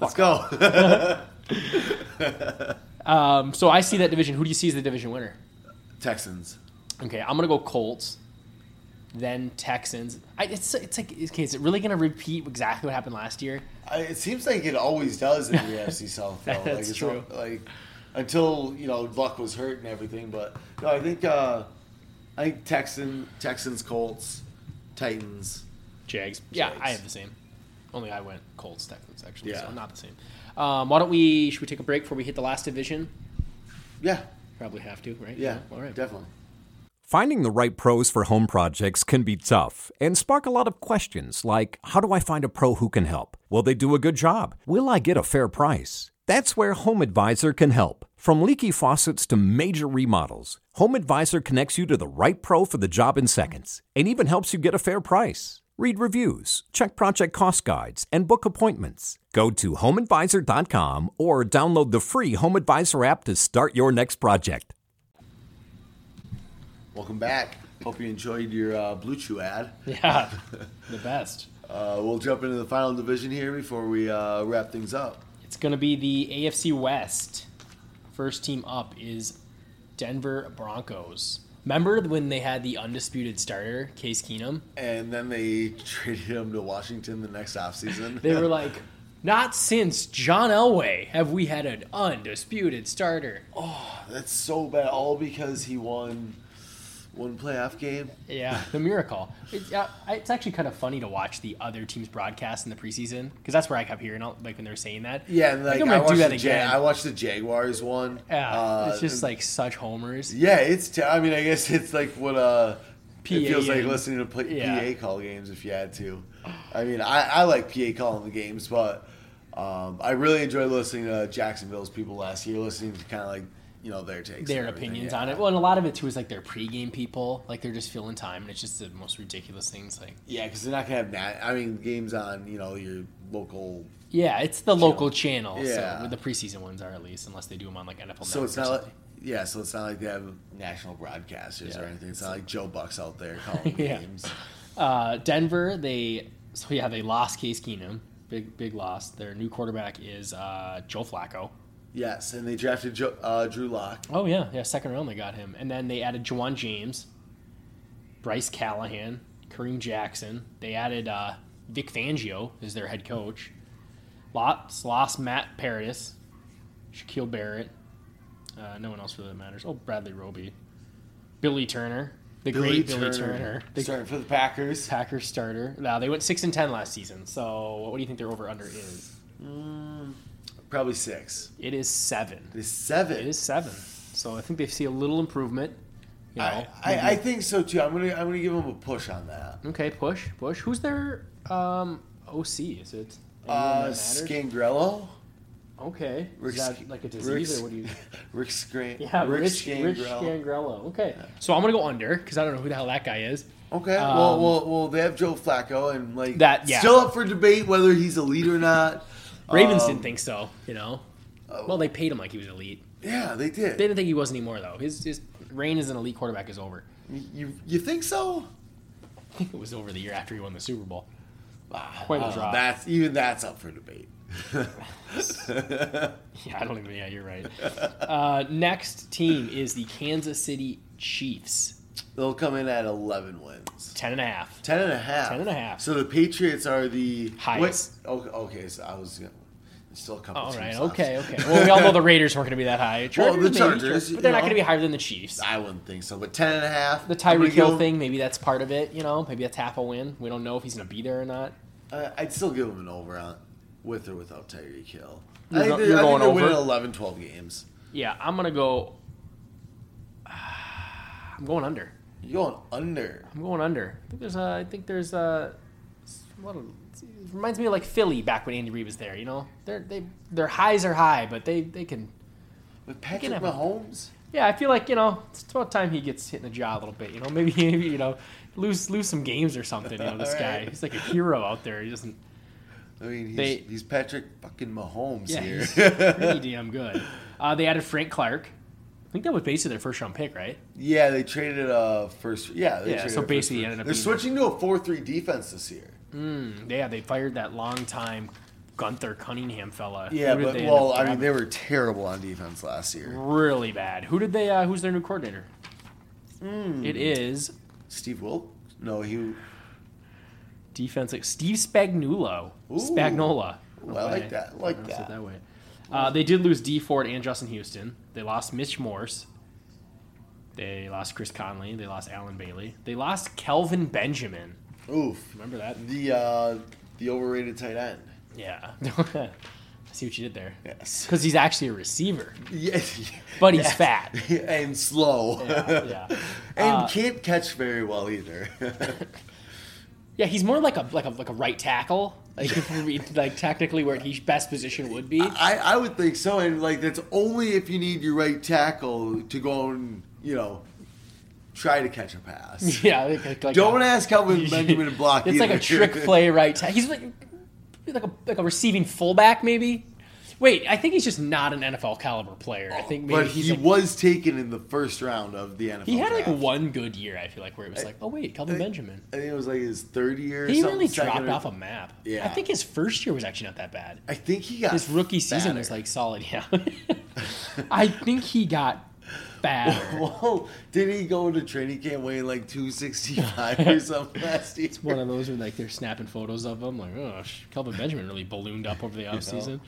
Speaker 1: Let's go.
Speaker 2: Um, so I see that division. Who do you see as the division winner?
Speaker 1: Texans.
Speaker 2: Okay, I'm gonna go Colts, then Texans. I, it's it's like okay, is it really gonna repeat exactly what happened last year?
Speaker 1: I, it seems like it always does in the AFC South. Though. like,
Speaker 2: That's
Speaker 1: it's
Speaker 2: true.
Speaker 1: all- like until you know luck was hurt and everything, but no, I think uh, I think Texan Texans Colts Titans.
Speaker 2: Jags. Yeah,
Speaker 1: Jags.
Speaker 2: I have the same. Only I went Colts Texans actually,
Speaker 1: Yeah.
Speaker 2: so not the same. Um, why don't we? Should we take a break before we hit the last division?
Speaker 1: Yeah,
Speaker 2: Probably have to, right?
Speaker 1: yeah,
Speaker 2: All right.
Speaker 1: definitely.
Speaker 3: Finding the right pros for home projects can be tough and spark a lot of questions like how do I find a pro who can help? Will they do a good job? Will I get a fair price? That's where Home Advisor can help. From leaky faucets to major remodels, Home Advisor connects you to the right pro for the job in seconds and even helps you get a fair price. Read reviews, check project cost guides, and book appointments. Go to homeadvisor.com or download the free Home Advisor app to start your next project.
Speaker 1: Welcome back. Hope you enjoyed your uh, Blue Chew ad.
Speaker 2: Yeah, the best.
Speaker 1: Uh, we'll jump into the final division here before we uh, wrap things up.
Speaker 2: It's gonna be the AFC West. First team up is Denver Broncos. Remember when they had the undisputed starter, Case Keenum?
Speaker 1: And then they traded him to Washington the next offseason.
Speaker 2: They were like, not since John Elway have we had an undisputed starter.
Speaker 1: That's so bad. All because he won one playoff game.
Speaker 2: Yeah, the miracle. It's, uh, it's actually kind of funny to watch the other team's broadcast in the preseason because that's where I kept hearing all, like when they were saying that.
Speaker 1: Yeah, and
Speaker 2: Like,
Speaker 1: like
Speaker 2: I'm
Speaker 1: I
Speaker 2: gonna
Speaker 1: watched,
Speaker 2: do that
Speaker 1: the
Speaker 2: again.
Speaker 1: Ja- I watched the Jaguars one.
Speaker 2: yeah,
Speaker 1: Uh,
Speaker 2: it's just like such homers.
Speaker 1: yeah, it's. T- I mean, I guess it's like what uh, it
Speaker 2: PA
Speaker 1: feels like
Speaker 2: and-
Speaker 1: listening to play-
Speaker 2: yeah.
Speaker 1: PA call games if you had to. I mean, I, I like PA calling the games, but um, I really enjoyed listening to Jacksonville's people last year, listening to kind of like you know their takes,
Speaker 2: Their
Speaker 1: and everything,
Speaker 2: opinions
Speaker 1: yeah.
Speaker 2: on it. Well, and a lot of it too is like their pregame people, like they're just filling time, and it's just the most ridiculous things. Like,
Speaker 1: Yeah, because they're not gonna have that. I mean, games on you know your local.
Speaker 2: yeah, it's the local channel.
Speaker 1: Yeah.
Speaker 2: So the preseason ones are at least, unless they do them on like NFL.
Speaker 1: So
Speaker 2: Network
Speaker 1: it's
Speaker 2: or
Speaker 1: not like
Speaker 2: something.
Speaker 1: yeah, so it's not like they have national broadcasters or
Speaker 2: Yeah.
Speaker 1: anything. It's not like Joe Buck's out there calling
Speaker 2: Yeah.
Speaker 1: games.
Speaker 2: Uh, Denver, they so yeah, they lost Case Keenum, big big loss. Their new quarterback is uh, Joe Flacco.
Speaker 1: Yes, and they drafted Joe, uh, Drew Lock.
Speaker 2: Oh yeah, yeah. Second round they got him, and then they added Juwan James, Bryce Callahan, Kareem Jackson. They added uh, Vic Fangio as their head coach. Lots lost Matt Paradis, Shaquille Barrett. Uh, no one else really matters. Oh, Bradley Roby, Billy Turner, the great Billy Turner, the
Speaker 1: starting for the Packers.
Speaker 2: Packers starter. Now they went six and ten last season. So what do you think their over under is?
Speaker 1: Probably six.
Speaker 2: It is seven.
Speaker 1: It's seven.
Speaker 2: It is seven. So I think they see a little improvement. You know,
Speaker 1: I, I, I think so too. I'm gonna I'm gonna give him a push on that.
Speaker 2: Okay, push, push. Who's their um, OC? Is it? anyone that
Speaker 1: Uh,
Speaker 2: matters?
Speaker 1: Scangrello.
Speaker 2: Okay.
Speaker 1: Rick
Speaker 2: is
Speaker 1: Sc-
Speaker 2: that like a disease
Speaker 1: Rick
Speaker 2: or what do you?
Speaker 1: Rick Scran.
Speaker 2: Yeah,
Speaker 1: Rick,
Speaker 2: Rich, Rich
Speaker 1: Scangrello.
Speaker 2: Gangrello. Okay. So I'm gonna go under because I don't know who the hell that guy is.
Speaker 1: Okay. well, well, well, they have Joe Flacco, and like
Speaker 2: um, That- yeah.
Speaker 1: still up for debate whether he's elite or not.
Speaker 2: Ravens
Speaker 1: Um, oh.
Speaker 2: didn't think so. You know. well, they paid him like he was elite.
Speaker 1: Yeah, they did.
Speaker 2: They didn't think he was anymore though. His his reign as an elite quarterback is over.
Speaker 1: you you think so?
Speaker 2: I think it was over the year after he won the Super Bowl. Quite a
Speaker 1: Uh,
Speaker 2: drop.
Speaker 1: that's even that's up for debate.
Speaker 2: Yeah, I don't even. Yeah, you're right. Uh, next team is the Kansas City Chiefs.
Speaker 1: They'll come in at 11 wins.
Speaker 2: Ten and a half.
Speaker 1: Ten and a half.
Speaker 2: Ten and a half.
Speaker 1: So the Patriots are the
Speaker 2: Highest.
Speaker 1: Wait, okay, okay, so I was gonna, there's still a couple.
Speaker 2: All Oh, right.
Speaker 1: teams
Speaker 2: Okay.
Speaker 1: left.
Speaker 2: Okay. Well, we all know the Raiders weren't going to be that high.
Speaker 1: Well,
Speaker 2: Chargers,
Speaker 1: the
Speaker 2: maybe,
Speaker 1: Chargers,
Speaker 2: but
Speaker 1: you
Speaker 2: they're not
Speaker 1: know.
Speaker 2: going to be higher than the Chiefs.
Speaker 1: I wouldn't think so, but ten and a half.
Speaker 2: The
Speaker 1: I'm
Speaker 2: Tyreek
Speaker 1: gonna
Speaker 2: Hill
Speaker 1: give 'em-
Speaker 2: thing, maybe that's part of it. You know, maybe that's half a win. We don't know if he's going to be there or not.
Speaker 1: Uh, I'd still give them an over on with or without Tyreek Hill.
Speaker 2: You're
Speaker 1: I think
Speaker 2: go-
Speaker 1: they're,
Speaker 2: you're
Speaker 1: I think
Speaker 2: going
Speaker 1: they're
Speaker 2: over?
Speaker 1: winning 11, 12 games.
Speaker 2: Yeah, I'm going to go. I'm going under.
Speaker 1: You're going under.
Speaker 2: I'm going under. I think there's a. I think there's a. a lot of, it reminds me of like Philly back when Andy Reid was there. You know, they're, they their highs are high, but they they can.
Speaker 1: With Patrick
Speaker 2: have a-
Speaker 1: Mahomes?
Speaker 2: Yeah, I feel like you know it's about time he gets hit in the jaw a little bit. You know, maybe maybe you know lose lose some games or something. You know, this guy
Speaker 1: Alright.
Speaker 2: he's like a hero out there. He doesn't.
Speaker 1: I mean, he's,
Speaker 2: They-
Speaker 1: he's Patrick fucking Mahomes
Speaker 2: Yeah,
Speaker 1: here.
Speaker 2: he's pretty damn good. Uh, they added Frank Clark. I think that was basically their first round pick, right?
Speaker 1: yeah, they traded a first. Yeah, they
Speaker 2: Yeah,
Speaker 1: traded
Speaker 2: so
Speaker 1: a first
Speaker 2: basically
Speaker 1: round.
Speaker 2: ended up
Speaker 1: they're
Speaker 2: being-
Speaker 1: switching to a four-three defense this year. Mm-hmm.
Speaker 2: Yeah, they fired that longtime Gunther Cunningham fella.
Speaker 1: Yeah,
Speaker 2: Who did
Speaker 1: but
Speaker 2: they end
Speaker 1: well,
Speaker 2: up
Speaker 1: I mean,
Speaker 2: grabbing?
Speaker 1: they were terrible on defense last year.
Speaker 2: really bad. Who did they? Uh, who's their new coordinator?
Speaker 1: Hmm.
Speaker 2: It is
Speaker 1: Steve Wilk? No, he.
Speaker 2: defense. Steve Spagnuolo.
Speaker 1: Ooh.
Speaker 2: Spagnola.
Speaker 1: Ooh, I like that. I like
Speaker 2: pronounce it
Speaker 1: that.
Speaker 2: that way. Uh, they did lose D Ford and Justin Houston. They lost Mitch Morse. They lost Chris Conley. They lost Alan Bailey. They lost Kelvin Benjamin.
Speaker 1: Oof.
Speaker 2: Remember that?
Speaker 1: The uh, the overrated tight end.
Speaker 2: Yeah. I see what you did there.
Speaker 1: Yes.
Speaker 2: Because he's actually a receiver,
Speaker 1: Yes.
Speaker 2: but he's fat.
Speaker 1: and slow.
Speaker 2: Yeah. Uh, yeah.
Speaker 1: and can't catch very well either.
Speaker 2: Yeah, he's more like a like a like a right tackle. Like if we like technically where his best position would be.
Speaker 1: I, I would think so, and like that's only if you need your right tackle to go and you know try to catch a pass.
Speaker 2: Yeah, like, like, like
Speaker 1: Don't
Speaker 2: a-
Speaker 1: ask Calvin Benjamin to block.
Speaker 2: It's like a
Speaker 1: either.
Speaker 2: trick play right tackle. He's like like a like a receiving fullback maybe. Wait, I think he's just not an NFL caliber player. I think maybe
Speaker 1: Oh, but
Speaker 2: he's
Speaker 1: he
Speaker 2: like,
Speaker 1: was taken in the first round of the NFL.
Speaker 2: he had like
Speaker 1: draft.
Speaker 2: one good year. I feel like where it was like, oh wait, Kelvin Benjamin.
Speaker 1: I think it was like his third year. Or
Speaker 2: He
Speaker 1: something,
Speaker 2: really
Speaker 1: second
Speaker 2: dropped
Speaker 1: or-
Speaker 2: off a map.
Speaker 1: Yeah.
Speaker 2: I think his first year was actually not that bad.
Speaker 1: I think he got
Speaker 2: His rookie season was
Speaker 1: fatter.
Speaker 2: like solid. Yeah, I think he got bad.
Speaker 1: Well, did he go into training camp weighing like two sixty five or something last year?
Speaker 2: One of those where like they're snapping photos of him, like, oh, sh- Kelvin Benjamin really ballooned up over the offseason.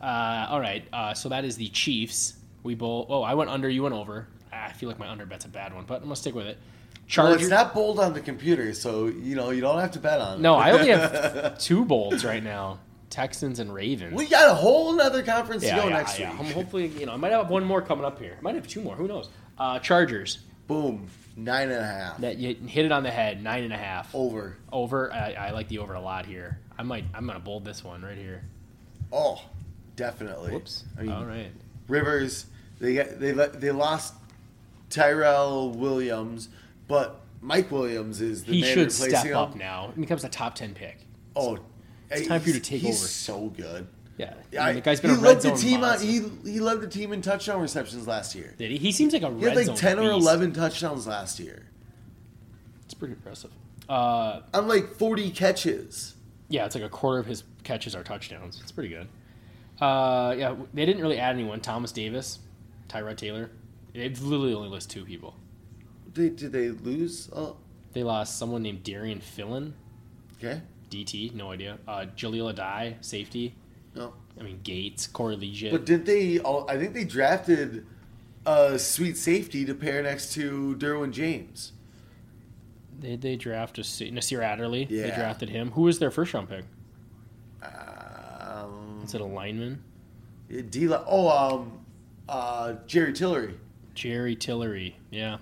Speaker 2: Uh, all right, uh, so that is the Chiefs. We both. Oh, I went under. You went over. Ah, I feel like my under bet's a bad one, but I'm gonna stick with it.
Speaker 1: Well,
Speaker 2: Chargers.
Speaker 1: it's not bold on the computer, so you know you don't have to bet on it.
Speaker 2: no, I only have two bolds right now: Texans and Ravens.
Speaker 1: we got a whole nother conference
Speaker 2: yeah,
Speaker 1: to go
Speaker 2: yeah,
Speaker 1: next
Speaker 2: yeah.
Speaker 1: week.
Speaker 2: I'm hopefully, you know, I might have one more coming up here. I might have two more. Who knows? Uh, Chargers.
Speaker 1: Boom, nine and a half
Speaker 2: That you hit it on the head. Nine and a half.
Speaker 1: over.
Speaker 2: Over. I, I like the over a lot here. I might. I'm gonna bold this one right here.
Speaker 1: Oh, definitely.
Speaker 2: Whoops.
Speaker 1: I mean,
Speaker 2: all right.
Speaker 1: Rivers, they got they let they lost Tyrell Williams, but Mike Williams is the
Speaker 2: he
Speaker 1: man
Speaker 2: should
Speaker 1: replacing
Speaker 2: step
Speaker 1: him.
Speaker 2: up now. He becomes a top ten pick.
Speaker 1: Oh, it's
Speaker 2: time for you to take
Speaker 1: he's
Speaker 2: over.
Speaker 1: so good.
Speaker 2: Yeah,
Speaker 1: I-
Speaker 2: and the guy's been
Speaker 1: he
Speaker 2: a
Speaker 1: led
Speaker 2: red
Speaker 1: the
Speaker 2: zone
Speaker 1: team on, E-
Speaker 2: monster.
Speaker 1: he he led the team in touchdown receptions last year.
Speaker 2: Did he? He seems like a
Speaker 1: He had
Speaker 2: red
Speaker 1: like
Speaker 2: zone
Speaker 1: ten or
Speaker 2: beast.
Speaker 1: eleven touchdowns last year
Speaker 2: It's pretty impressive. Uh,
Speaker 1: on like forty catches.
Speaker 2: yeah, it's like a quarter of his catches are touchdowns. It's pretty good. Uh, yeah, they didn't really add anyone. Thomas Davis, Tyrod Taylor. They literally only list two people.
Speaker 1: Did, did they lose? Oh,
Speaker 2: They lost someone named Darian Fillon,
Speaker 1: okay,
Speaker 2: DT, no idea. Uh, Jaleel Adai, safety.
Speaker 1: no.
Speaker 2: I mean Gates, Corey Legion.
Speaker 1: But did they? All, I think they drafted a sweet safety to pair next to Derwin James.
Speaker 2: They they draft a sa- Nasir Adderley. They
Speaker 1: Yeah.
Speaker 2: drafted him. Who was their first round pick?
Speaker 1: Um,
Speaker 2: Is it a lineman?
Speaker 1: D. Oh, um, uh, Jerry Tillery.
Speaker 2: Jerry Tillery. Yeah.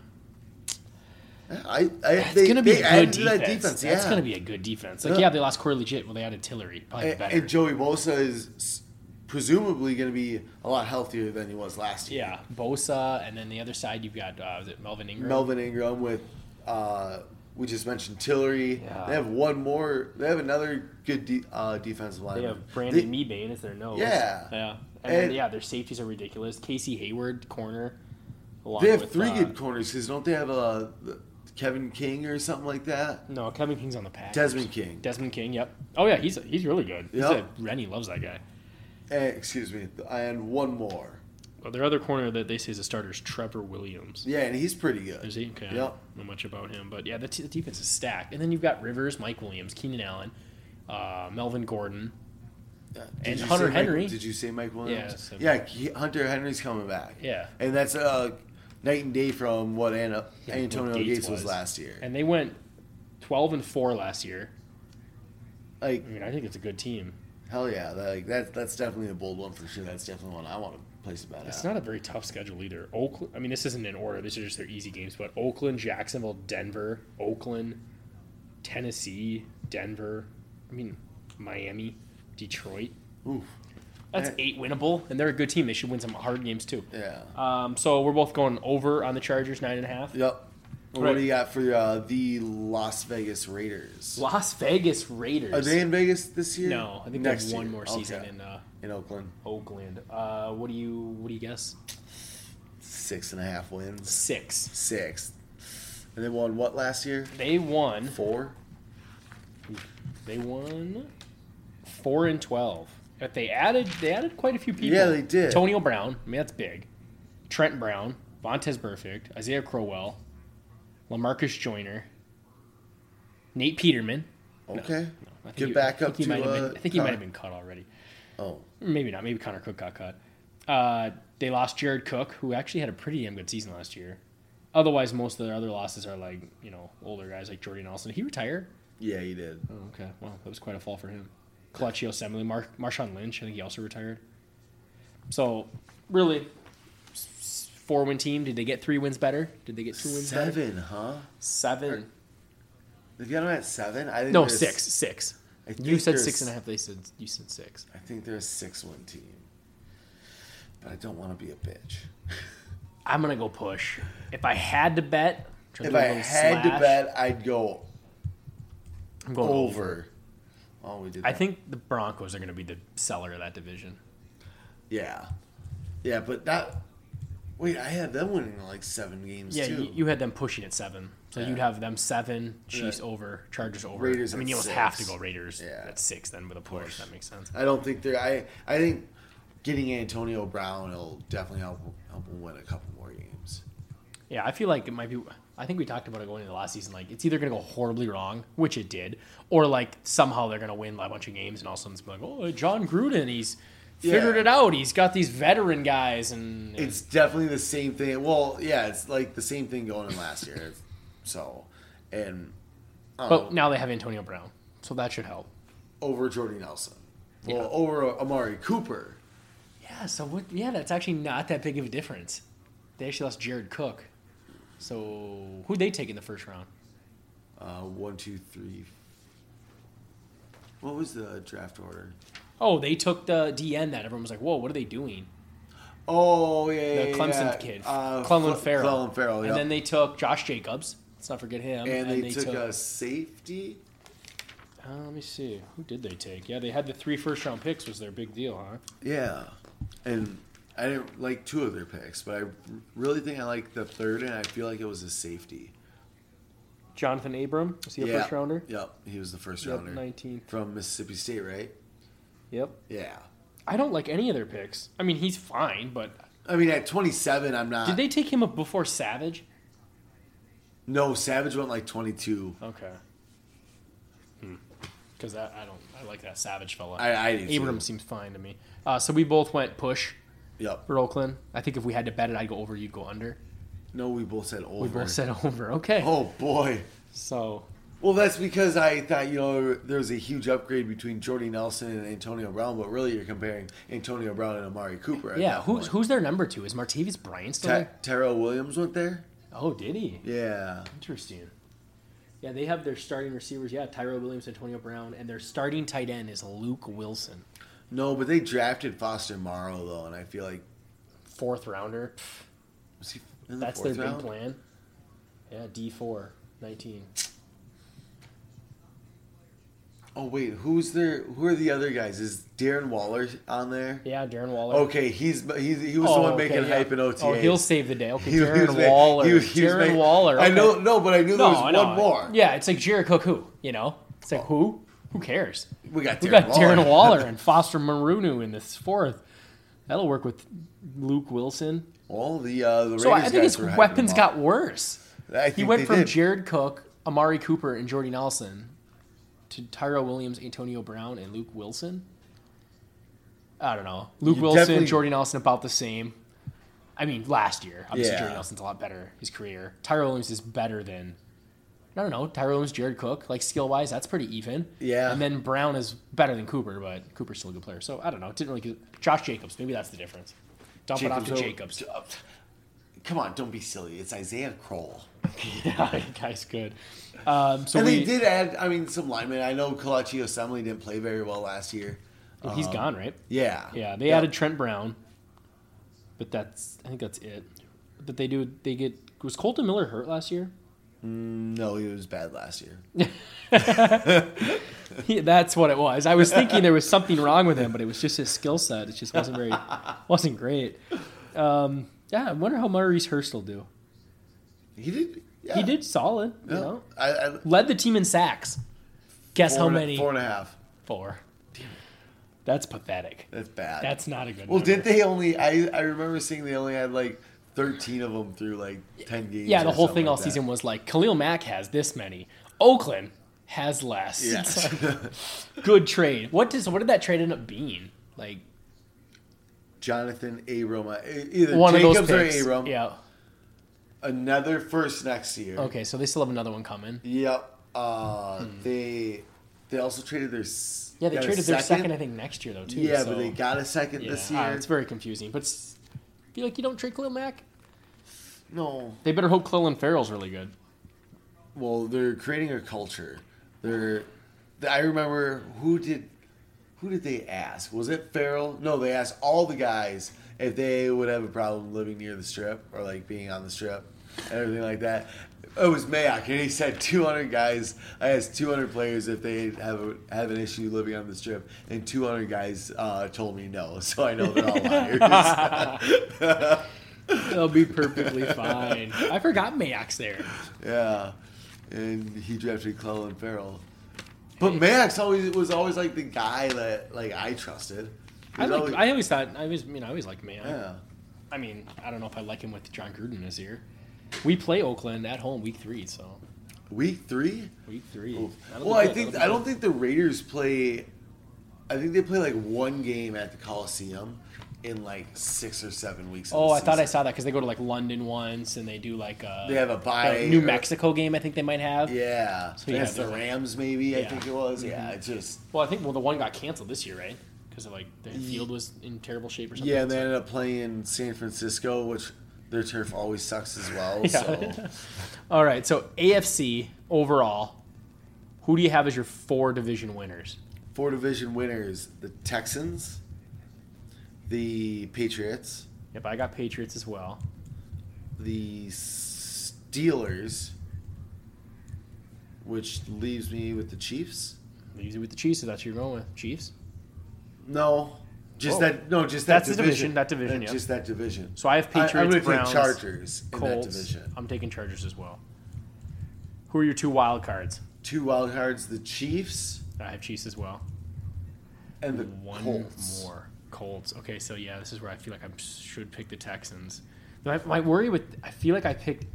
Speaker 1: I, I
Speaker 2: It's
Speaker 1: they,
Speaker 2: gonna be
Speaker 1: they
Speaker 2: a
Speaker 1: added
Speaker 2: good
Speaker 1: to
Speaker 2: defense.
Speaker 1: that defense.
Speaker 2: That's
Speaker 1: yeah.
Speaker 2: gonna be a good defense. Like
Speaker 1: Yeah.
Speaker 2: yeah, they lost Corey Legit. Well, they added Tillery. Probably
Speaker 1: and,
Speaker 2: better.
Speaker 1: and Joey Bosa is s- presumably going to be a lot healthier than he was last year.
Speaker 2: yeah, Bosa, and then the other side you've got uh, was it Melvin Ingram?
Speaker 1: Melvin Ingram with uh, we just mentioned Tillery.
Speaker 2: Yeah.
Speaker 1: They have one more. They have another good de- uh, defensive line.
Speaker 2: They have Brandon Mebane as their nose.
Speaker 1: Yeah.
Speaker 2: Yeah. And, then,
Speaker 1: And-
Speaker 2: yeah, their safeties are ridiculous. Casey Hayward, corner. Along
Speaker 1: They have
Speaker 2: with,
Speaker 1: three
Speaker 2: uh,
Speaker 1: good corners because don't they have uh, the- Kevin King or something like that?
Speaker 2: No, Kevin King's on the pack.
Speaker 1: Desmond King.
Speaker 2: Desmond King, yep. Oh yeah, he's he's really good. He's
Speaker 1: Yep.
Speaker 2: a- Rennie loves that guy.
Speaker 1: Eh, excuse me, and one more.
Speaker 2: Well, their other corner that they say is a starter is Trevor Williams.
Speaker 1: Yeah, and he's pretty good.
Speaker 2: Is he? Okay. I
Speaker 1: Yep.
Speaker 2: don't know much about him, but yeah, the, t- the defense is stacked. And then you've got Rivers, Mike Williams, Keenan Allen, uh, Melvin Gordon.
Speaker 1: Yeah. Did
Speaker 2: Uh, And
Speaker 1: you
Speaker 2: Hunter
Speaker 1: say Mike-
Speaker 2: Henry.
Speaker 1: did you say Mike
Speaker 2: Yeah,
Speaker 1: Williams?
Speaker 2: so-
Speaker 1: Yeah, he- Hunter Henry's coming back.
Speaker 2: Yeah.
Speaker 1: and that's uh, night and day from what Anna,
Speaker 2: Yeah,
Speaker 1: Antonio
Speaker 2: what
Speaker 1: Gates,
Speaker 2: Gates
Speaker 1: was
Speaker 2: was.
Speaker 1: last year.
Speaker 2: And they went 12 and 4 last year.
Speaker 1: like,
Speaker 2: I mean, I think it's a good team.
Speaker 1: hell yeah, like that that's definitely a bold one for sure. That's definitely one I want to place a bet
Speaker 2: It's
Speaker 1: at.
Speaker 2: not a very tough schedule either. Oakland. I mean, this isn't in order. These are just their easy games. But Oakland, Jacksonville, Denver, Oakland, Tennessee, Denver. I mean, Miami, Detroit.
Speaker 1: Oof.
Speaker 2: That's
Speaker 1: Eh.
Speaker 2: eight winnable, and they're a good team. They should win some hard games too.
Speaker 1: Yeah.
Speaker 2: Um, so we're both going over on the Chargers nine and a half.
Speaker 1: Yep. What
Speaker 2: Right.
Speaker 1: do you got for uh, the Las Vegas Raiders?
Speaker 2: Las Vegas Raiders.
Speaker 1: Are they in Vegas this year?
Speaker 2: no, I think they have
Speaker 1: Next
Speaker 2: one
Speaker 1: year.
Speaker 2: more season
Speaker 1: Okay.
Speaker 2: in uh,
Speaker 1: in Oakland.
Speaker 2: Oakland. Uh, what do you What do you guess?
Speaker 1: Six and a half wins.
Speaker 2: Six.
Speaker 1: Six. And they won what last year?
Speaker 2: They won.
Speaker 1: Four.
Speaker 2: They won four and twelve. But they added they added quite a few people.
Speaker 1: Yeah, they did.
Speaker 2: Antonio Brown, I mean that's big. Trent Brown, Vontez Perfect, Isaiah Crowell, Lamarcus Joyner, Nate Peterman.
Speaker 1: Okay.
Speaker 2: I think
Speaker 1: Get
Speaker 2: he-
Speaker 1: back
Speaker 2: I
Speaker 1: up
Speaker 2: think he
Speaker 1: to.
Speaker 2: might have
Speaker 1: uh,
Speaker 2: been, I think he might have
Speaker 1: Connor.
Speaker 2: been cut already.
Speaker 1: Oh,
Speaker 2: Maybe not. Maybe Connor Cook got cut. Uh, they lost Jared Cook, who actually had a pretty damn good season last year. Otherwise, most of their other losses are like you know older guys like Jordy Nelson. Did He retired.
Speaker 1: yeah, he did.
Speaker 2: Oh, okay. Wow, that was quite a fall for him. Clutchy Assembly, Mar- Marshawn Lynch, I think he also retired. So, really, four win team. Did they get three wins better? Did they get two wins better?
Speaker 1: Seven, huh?
Speaker 2: Seven.
Speaker 1: They've got him at seven. I think
Speaker 2: No,
Speaker 1: they're s-
Speaker 2: six. Six.
Speaker 1: I
Speaker 2: You
Speaker 1: think
Speaker 2: said
Speaker 1: they're
Speaker 2: six
Speaker 1: s-
Speaker 2: and a half. They said you said six.
Speaker 1: I think they're a six-one team. But I don't want to be a bitch.
Speaker 2: I'm gonna go push. If I had to bet,
Speaker 1: If I had to bet, I'd go
Speaker 2: I'm going over.
Speaker 1: over. Oh, we did.
Speaker 2: I
Speaker 1: that.
Speaker 2: think the Broncos are gonna be the seller of that division.
Speaker 1: Yeah, yeah, but that. Wait, I had them winning like seven games
Speaker 2: Yeah,
Speaker 1: too.
Speaker 2: you, you had them pushing at seven, so
Speaker 1: Yeah.
Speaker 2: you'd have them seven, Chiefs
Speaker 1: Yeah.
Speaker 2: over, Chargers over.
Speaker 1: Raiders
Speaker 2: I mean,
Speaker 1: at
Speaker 2: you almost
Speaker 1: six.
Speaker 2: have to go Raiders
Speaker 1: Yeah.
Speaker 2: at six then with a push. That makes sense.
Speaker 1: I don't think they're. I I think getting Antonio Brown will definitely help help them win a couple more games.
Speaker 2: Yeah, I feel like it might be. I think we talked about it going into the last season. Like it's either going to go horribly wrong, which it did, or like somehow they're going to win a bunch of games, and all of a sudden it's gonna be like, oh, John Gruden, he's figured
Speaker 1: Yeah.
Speaker 2: it out. He's got these veteran guys, and
Speaker 1: It's definitely the same thing. Well, yeah, it's like the same thing going in last year. It's- So, and I
Speaker 2: but
Speaker 1: don't know,
Speaker 2: now they have Antonio Brown, so that should help.
Speaker 1: over Jordy Nelson. Well,
Speaker 2: Yeah.
Speaker 1: over uh, Amari Cooper.
Speaker 2: Yeah, so what? Yeah, that's actually not that big of a difference. They actually lost Jared Cook. So who they take in the first round?
Speaker 1: Uh, one, two, three. What was the draft order?
Speaker 2: Oh, they took the DN that everyone was like, "Whoa, what are they doing?"
Speaker 1: Oh yeah, yeah,
Speaker 2: The Clemson
Speaker 1: yeah.
Speaker 2: kid,
Speaker 1: Uh,
Speaker 2: Clelin
Speaker 1: Cle-
Speaker 2: Farrell.
Speaker 1: Clelin Farrell, yeah.
Speaker 2: And then they took Josh Jacobs. Let's not forget him.
Speaker 1: and they, took, a safety.
Speaker 2: uh, let me see. Who did they take? Yeah, they had the three first round picks. Was their big deal, huh?
Speaker 1: Yeah, and I didn't like two of their picks, but I really think I like the third, and I feel like it was a safety.
Speaker 2: Jonathan Abram was he a
Speaker 1: yeah.
Speaker 2: first rounder?
Speaker 1: Yep, he was the first
Speaker 2: Yep,
Speaker 1: rounder.
Speaker 2: 19.
Speaker 1: from Mississippi State, right?
Speaker 2: Yep.
Speaker 1: Yeah.
Speaker 2: I don't like any of their picks. I mean, he's fine, but
Speaker 1: I mean, at 27, I'm not.
Speaker 2: did they take him up before Savage?
Speaker 1: No, Savage went like 22.
Speaker 2: Okay. Because I, I don't, I like that Savage fella.
Speaker 1: Hmm. I, I do. too.
Speaker 2: Abram seems fine to me. Uh, so we both went push
Speaker 1: Yep.
Speaker 2: for Oakland. I think if we had to bet it, I'd go over. You'd go under.
Speaker 1: No, we both said over.
Speaker 2: We both said over. Okay.
Speaker 1: Oh boy.
Speaker 2: So
Speaker 1: Well, that's because I thought you know there was a huge upgrade between Jordy Nelson and Antonio Brown, but really you're comparing Antonio Brown and Amari Cooper. At
Speaker 2: yeah,
Speaker 1: that
Speaker 2: who's
Speaker 1: point.
Speaker 2: who's their number two? Is Martavis Bryant still?
Speaker 1: Ta-
Speaker 2: there?
Speaker 1: Terrell Williams went there.
Speaker 2: Oh, did he?
Speaker 1: Yeah.
Speaker 2: Interesting. Yeah, they have their starting receivers. Yeah, Tyrell Williams, Antonio Brown, and their starting tight end is Luke Wilson,
Speaker 1: No, but they drafted Foster Morrow though, and I feel like
Speaker 2: fourth rounder. Pff,
Speaker 1: was he in the
Speaker 2: That's their
Speaker 1: fourth
Speaker 2: big
Speaker 1: round?
Speaker 2: plan. Yeah, D four, 19.
Speaker 1: Oh wait, who's their? Who are the other guys? Is Darren Waller on there?
Speaker 2: Yeah, Darren Waller.
Speaker 1: Okay, he's he's he was
Speaker 2: Oh,
Speaker 1: the one
Speaker 2: okay,
Speaker 1: making
Speaker 2: yeah.
Speaker 1: hype in OTA.
Speaker 2: Oh, he'll save the day. Okay,
Speaker 1: He- he
Speaker 2: Darren
Speaker 1: was ma-
Speaker 2: Waller.
Speaker 1: he was- he was
Speaker 2: Darren
Speaker 1: ma-
Speaker 2: Waller.
Speaker 1: I
Speaker 2: okay.
Speaker 1: know, no, but I knew there was
Speaker 2: I know.
Speaker 1: one more.
Speaker 2: Yeah, it's like Jared Cook. Who you know? It's like who? Who cares?
Speaker 1: We got Darren
Speaker 2: We got
Speaker 1: Waller.
Speaker 2: Darren Waller and Foster Marunu in this fourth. That'll work with Luke Wilson.
Speaker 1: Well, the uh, the Raiders
Speaker 2: So I think
Speaker 1: guys
Speaker 2: his
Speaker 1: were hyping
Speaker 2: weapons
Speaker 1: him up.
Speaker 2: got worse.
Speaker 1: I
Speaker 2: He
Speaker 1: think
Speaker 2: went
Speaker 1: they
Speaker 2: from
Speaker 1: did.
Speaker 2: Jared Cook, Amari Cooper, and Jordy Nelson to Tyro Williams, Antonio Brown, and Luke Wilson. I don't know. Luke
Speaker 1: You
Speaker 2: Wilson,
Speaker 1: definitely-
Speaker 2: Jordy Nelson, about the same. I mean, last year. Obviously,
Speaker 1: Yeah.
Speaker 2: Jordy Nelson's a lot better, his career. Tyro Williams is better than, I don't know, Tyro Williams, Jared Cook. Like, skill wise, that's pretty even.
Speaker 1: Yeah.
Speaker 2: And then Brown is better than Cooper, but Cooper's still a good player. So I don't know. It didn't really. Get... Josh Jacobs. Maybe that's the difference. Dump it off to Jacobs.
Speaker 1: Jacobs. Come on, don't be silly. It's Isaiah Kroll.
Speaker 2: Yeah, that guy's good. Um, so
Speaker 1: and
Speaker 2: we,
Speaker 1: they did add, I mean, some linemen. I know Kalachi Assembly didn't play very well last year.
Speaker 2: well, he's gone, right?
Speaker 1: Um, Yeah.
Speaker 2: Yeah, they added Trent Brown, but that's I think that's it. That they do they get was Colton Miller hurt last year?
Speaker 1: No, he was bad last year.
Speaker 2: Yeah, that's what it was. I was thinking there was something wrong with him, but it was just his skill set. It just wasn't very wasn't great. Um, yeah, I wonder how Maurice Hurst will do.
Speaker 1: He did. Yeah.
Speaker 2: He did solid, you know.
Speaker 1: No, I, I,
Speaker 2: Led the team in sacks. Guess
Speaker 1: four
Speaker 2: how
Speaker 1: and a-
Speaker 2: many?
Speaker 1: Four and a half.
Speaker 2: Four. That's pathetic.
Speaker 1: That's bad.
Speaker 2: That's not a good.
Speaker 1: well,
Speaker 2: number.
Speaker 1: did they only? I I remember seeing they only had like thirteen of them through like ten games.
Speaker 2: Yeah, the
Speaker 1: or
Speaker 2: whole thing
Speaker 1: something
Speaker 2: all
Speaker 1: like that.
Speaker 2: season was like Khalil Mack has this many, Oakland has less.
Speaker 1: Yeah.
Speaker 2: It's like, good trade. What does what did that trade end up being? Like
Speaker 1: Jonathan Abram, uh, e- either
Speaker 2: one
Speaker 1: Jacobs
Speaker 2: of those picks.
Speaker 1: or Abram.
Speaker 2: Yeah.
Speaker 1: Another first next year.
Speaker 2: Okay, so they still have another one coming.
Speaker 1: Yep. Uh, They they also traded their. s-
Speaker 2: Yeah, they
Speaker 1: got a
Speaker 2: traded their second, I think, next year though too.
Speaker 1: Yeah,
Speaker 2: so-
Speaker 1: but they got a second
Speaker 2: yeah,
Speaker 1: this
Speaker 2: I don't know,
Speaker 1: year.
Speaker 2: it's very confusing, but it's, feel like you don't trade Khalil Mack.
Speaker 1: no.
Speaker 2: They better hope Cleland Farrell's really good.
Speaker 1: Well, they're creating a culture. They're. I remember who did. Who did they ask? Was it Farrell? No, they asked all the guys if they would have a problem living near the strip or like being on the strip and everything like that. It was Mayock, and he said 200 guys. I asked 200 players if they have a, have an issue living on the strip, and 200 guys uh, told me no. So I know they're all liars.
Speaker 2: They'll be perfectly fine. I forgot Mayock's there.
Speaker 1: Yeah, and he drafted Cleland Farrell. But Max always was always like the guy that like I trusted. He
Speaker 2: I,
Speaker 1: was
Speaker 2: like,
Speaker 1: always-
Speaker 2: I always thought I always you know I always liked Mayock.
Speaker 1: yeah.
Speaker 2: I mean, I don't know if I like him with John Gruden this year. We play Oakland at home week three, so
Speaker 1: Week three.
Speaker 2: week three. That'll be
Speaker 1: Well, I
Speaker 2: good.
Speaker 1: think
Speaker 2: That'll be
Speaker 1: I don't think the Raiders play. I think they play like one game at the Coliseum in like six or seven weeks. of
Speaker 2: Oh,
Speaker 1: the
Speaker 2: I thought I
Speaker 1: season.
Speaker 2: saw that because they go to like London once, and they do like a
Speaker 1: They have a bye
Speaker 2: New
Speaker 1: or-
Speaker 2: Mexico game. I think they might have.
Speaker 1: Yeah,
Speaker 2: So, yeah,
Speaker 1: against the
Speaker 2: there's like-
Speaker 1: Rams, maybe I
Speaker 2: Yeah. Mm-hmm.
Speaker 1: think it was. Yeah, it's just
Speaker 2: Well, I think well the one got canceled this year, right? Because like the field was in terrible shape or something.
Speaker 1: yeah. And
Speaker 2: so-
Speaker 1: they ended up playing San Francisco, which their turf always sucks as well. So
Speaker 2: All right, so AFC overall, who do you have as your four division winners?
Speaker 1: four division winners the Texans, the Patriots,
Speaker 2: Yep, I got Patriots as well.
Speaker 1: the Steelers, which leaves me with the Chiefs.
Speaker 2: Leaves you with the Chiefs. If that's who you're going with Chiefs.
Speaker 1: No, just
Speaker 2: Whoa.
Speaker 1: that. No, just that
Speaker 2: That's the
Speaker 1: division.
Speaker 2: division, that division, yeah.
Speaker 1: Just that division.
Speaker 2: So I have
Speaker 1: I- I'm
Speaker 2: Patriots,
Speaker 1: gonna take
Speaker 2: Browns,
Speaker 1: Chargers in that
Speaker 2: Colts.
Speaker 1: division.
Speaker 2: I'm taking Chargers as well. Who are your two wild cards?
Speaker 1: Two wild cards: the Chiefs
Speaker 2: I have Chiefs as well.
Speaker 1: and the
Speaker 2: One
Speaker 1: Colts.
Speaker 2: more Colts. Okay, so yeah, this is where I feel like I should pick the Texans. My, my worry with I feel like I picked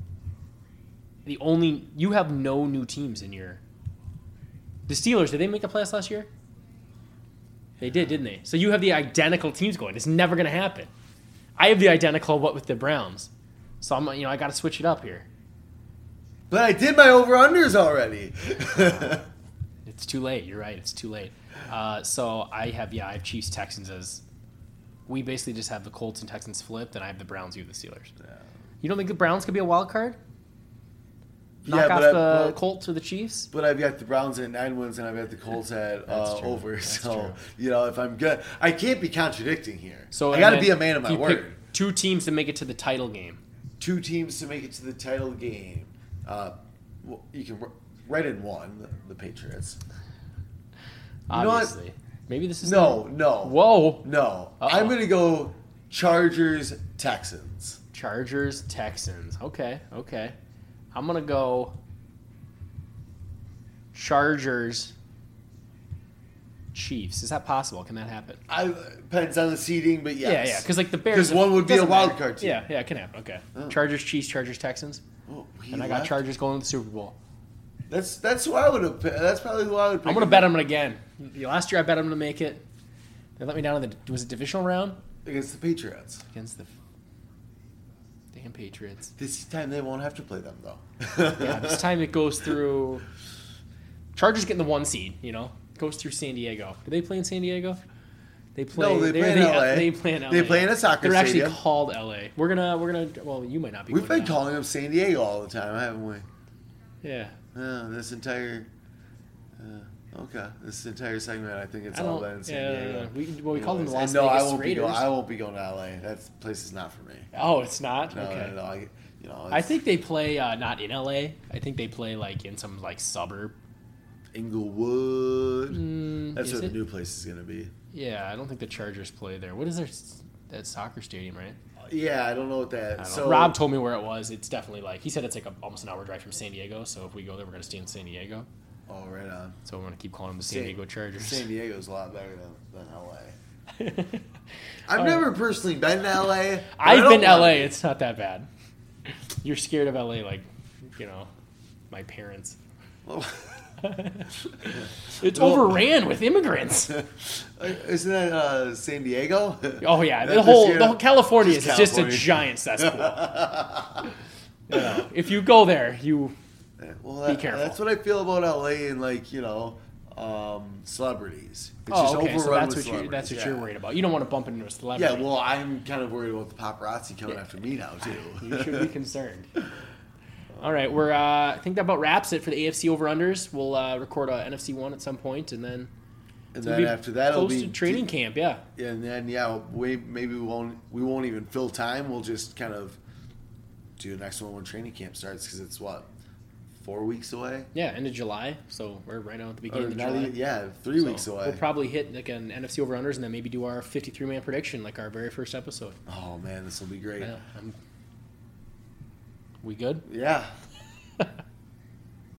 Speaker 2: the only you have no new teams in your. The Steelers did they make the playoffs last year? They did, didn't they? So you have the identical teams going. It's never going to happen. I have the identical what with the Browns. So I'm you know I got to switch it up here.
Speaker 1: But I did my over unders already.
Speaker 2: It's too late. You're right. It's too late. Uh, so I have yeah, I have Chiefs Texans as we basically just have the Colts and Texans flipped, and I have the Browns. You have the Steelers. You don't think the Browns could be a wild card? Knock off
Speaker 1: I-
Speaker 2: the
Speaker 1: but-
Speaker 2: Colts or the Chiefs.
Speaker 1: But I've got the Browns at nine wins, and I've got the Colts at uh,
Speaker 2: true.
Speaker 1: over.
Speaker 2: That's
Speaker 1: so
Speaker 2: true.
Speaker 1: you know, if I'm good, I can't be contradicting here.
Speaker 2: So
Speaker 1: So I got to
Speaker 2: and
Speaker 1: be
Speaker 2: then
Speaker 1: a man of my
Speaker 2: you pick
Speaker 1: word.
Speaker 2: Two teams to make it to the title game.
Speaker 1: Two teams to make it to the title game. Uh, well, you can wr- write in one, the, the Patriots. know what?
Speaker 2: Obviously, maybe this is
Speaker 1: No, no,
Speaker 2: Whoa,
Speaker 1: no. I'm gonna go Chargers Texans.
Speaker 2: Chargers Texans. Okay, okay. I'm gonna go Chargers Chiefs. Is that possible? Can that happen?
Speaker 1: I depends on the seeding, but yes.
Speaker 2: Yeah, yeah. Because like the Bears,
Speaker 1: 'Cause one would be a
Speaker 2: doesn't
Speaker 1: wild
Speaker 2: matter.
Speaker 1: card team.
Speaker 2: Yeah, yeah, it can happen. Okay. Chargers, Chiefs, Chargers, Texans,
Speaker 1: Oh, he
Speaker 2: and I got
Speaker 1: left.
Speaker 2: Chargers going to the Super Bowl.
Speaker 1: That's that's who I would have. That's probably who I would. Pick
Speaker 2: I'm gonna bet them again. Last year I bet them to make it. They let me down in the was it divisional round
Speaker 1: against the Patriots.
Speaker 2: against the damn Patriots.
Speaker 1: This time they won't have to play them though.
Speaker 2: Yeah, this time it goes through. Chargers getting the one seed. You know, goes through San Diego. Do they play in San Diego? They play.
Speaker 1: No, they
Speaker 2: they're
Speaker 1: play in
Speaker 2: the-
Speaker 1: LA.
Speaker 2: They play in LA.
Speaker 1: They play in a soccer
Speaker 2: They're
Speaker 1: stadium.
Speaker 2: actually called LA. We're gonna. We're gonna. Well, you might not be.
Speaker 1: We've
Speaker 2: going
Speaker 1: been
Speaker 2: to
Speaker 1: calling them San Diego all the time, haven't we?
Speaker 2: that. Yeah.
Speaker 1: Oh, this entire. Uh, okay, this entire segment, I think it's
Speaker 2: I
Speaker 1: all
Speaker 2: don't.
Speaker 1: been in San
Speaker 2: yeah,
Speaker 1: Diego.
Speaker 2: We, well, we called them the
Speaker 1: Anyways, and
Speaker 2: Las
Speaker 1: no,
Speaker 2: Vegas
Speaker 1: I won't
Speaker 2: Raiders.
Speaker 1: be going. I won't be going to LA. That place is not for me.
Speaker 2: oh, it's not.
Speaker 1: No,
Speaker 2: okay.
Speaker 1: no, no, I, you know,
Speaker 2: I
Speaker 1: it's
Speaker 2: think they play uh, not in LA. I think they play like in some like suburb.
Speaker 1: Inglewood. Mm, That's
Speaker 2: Mm, is
Speaker 1: where the
Speaker 2: it?
Speaker 1: new place is going to be.
Speaker 2: Yeah, I don't think the Chargers play there. What is their s- that soccer stadium, right?
Speaker 1: Yeah, I don't know what that.
Speaker 2: I don't
Speaker 1: so
Speaker 2: know. Rob told me where it was. It's definitely like he said it's like a, almost an hour drive from San Diego. So if we go there, we're gonna stay in San Diego.
Speaker 1: Oh, right on.
Speaker 2: So we're gonna keep calling them the San, Diego Chargers.
Speaker 1: San Diego's a lot better than, than LA. I've never personally been to LA. but I
Speaker 2: I've
Speaker 1: don't
Speaker 2: been to
Speaker 1: want-
Speaker 2: LA. It's not that bad. You're scared of LA, like you know, my parents. It's
Speaker 1: Well-
Speaker 2: overran with immigrants.
Speaker 1: Isn't that uh, San Diego?
Speaker 2: Oh yeah,
Speaker 1: That's
Speaker 2: the whole
Speaker 1: just, you
Speaker 2: the
Speaker 1: know,
Speaker 2: whole California
Speaker 1: just
Speaker 2: is just a
Speaker 1: California.
Speaker 2: giant cesspool. You know, if you go there, you
Speaker 1: uh, Well, that,
Speaker 2: careful.
Speaker 1: That's what I feel about LA and like you know, um, celebrities. It's
Speaker 2: oh okay, so
Speaker 1: overrun
Speaker 2: that's
Speaker 1: with
Speaker 2: what you that's what
Speaker 1: celebrities,
Speaker 2: you're
Speaker 1: yeah.
Speaker 2: worried about. You don't want to bump into a celebrity.
Speaker 1: Yeah, well, I'm kind of worried about the paparazzi coming after me now too.
Speaker 2: you should be concerned. All right, we're uh, I think that about wraps it for the AFC over unders. We'll uh, record a NFC one at some point, and then
Speaker 1: and
Speaker 2: we'll
Speaker 1: then after that, it'll
Speaker 2: close
Speaker 1: be
Speaker 2: to training camp. Yeah,
Speaker 1: and then yeah, we maybe we won't we won't even fill time. We'll just kind of do the next one when training camp starts because it's what four weeks away.
Speaker 2: yeah, end of July, so we're right now at the
Speaker 1: Or
Speaker 2: beginning of
Speaker 1: not
Speaker 2: July.
Speaker 1: even- yeah, three
Speaker 2: So
Speaker 1: weeks away.
Speaker 2: We'll probably hit like an NFC over unders, and then maybe do our 53 man prediction, like our very first episode.
Speaker 1: oh man, this will be great.
Speaker 2: Yeah, I'm- we good?
Speaker 1: Yeah.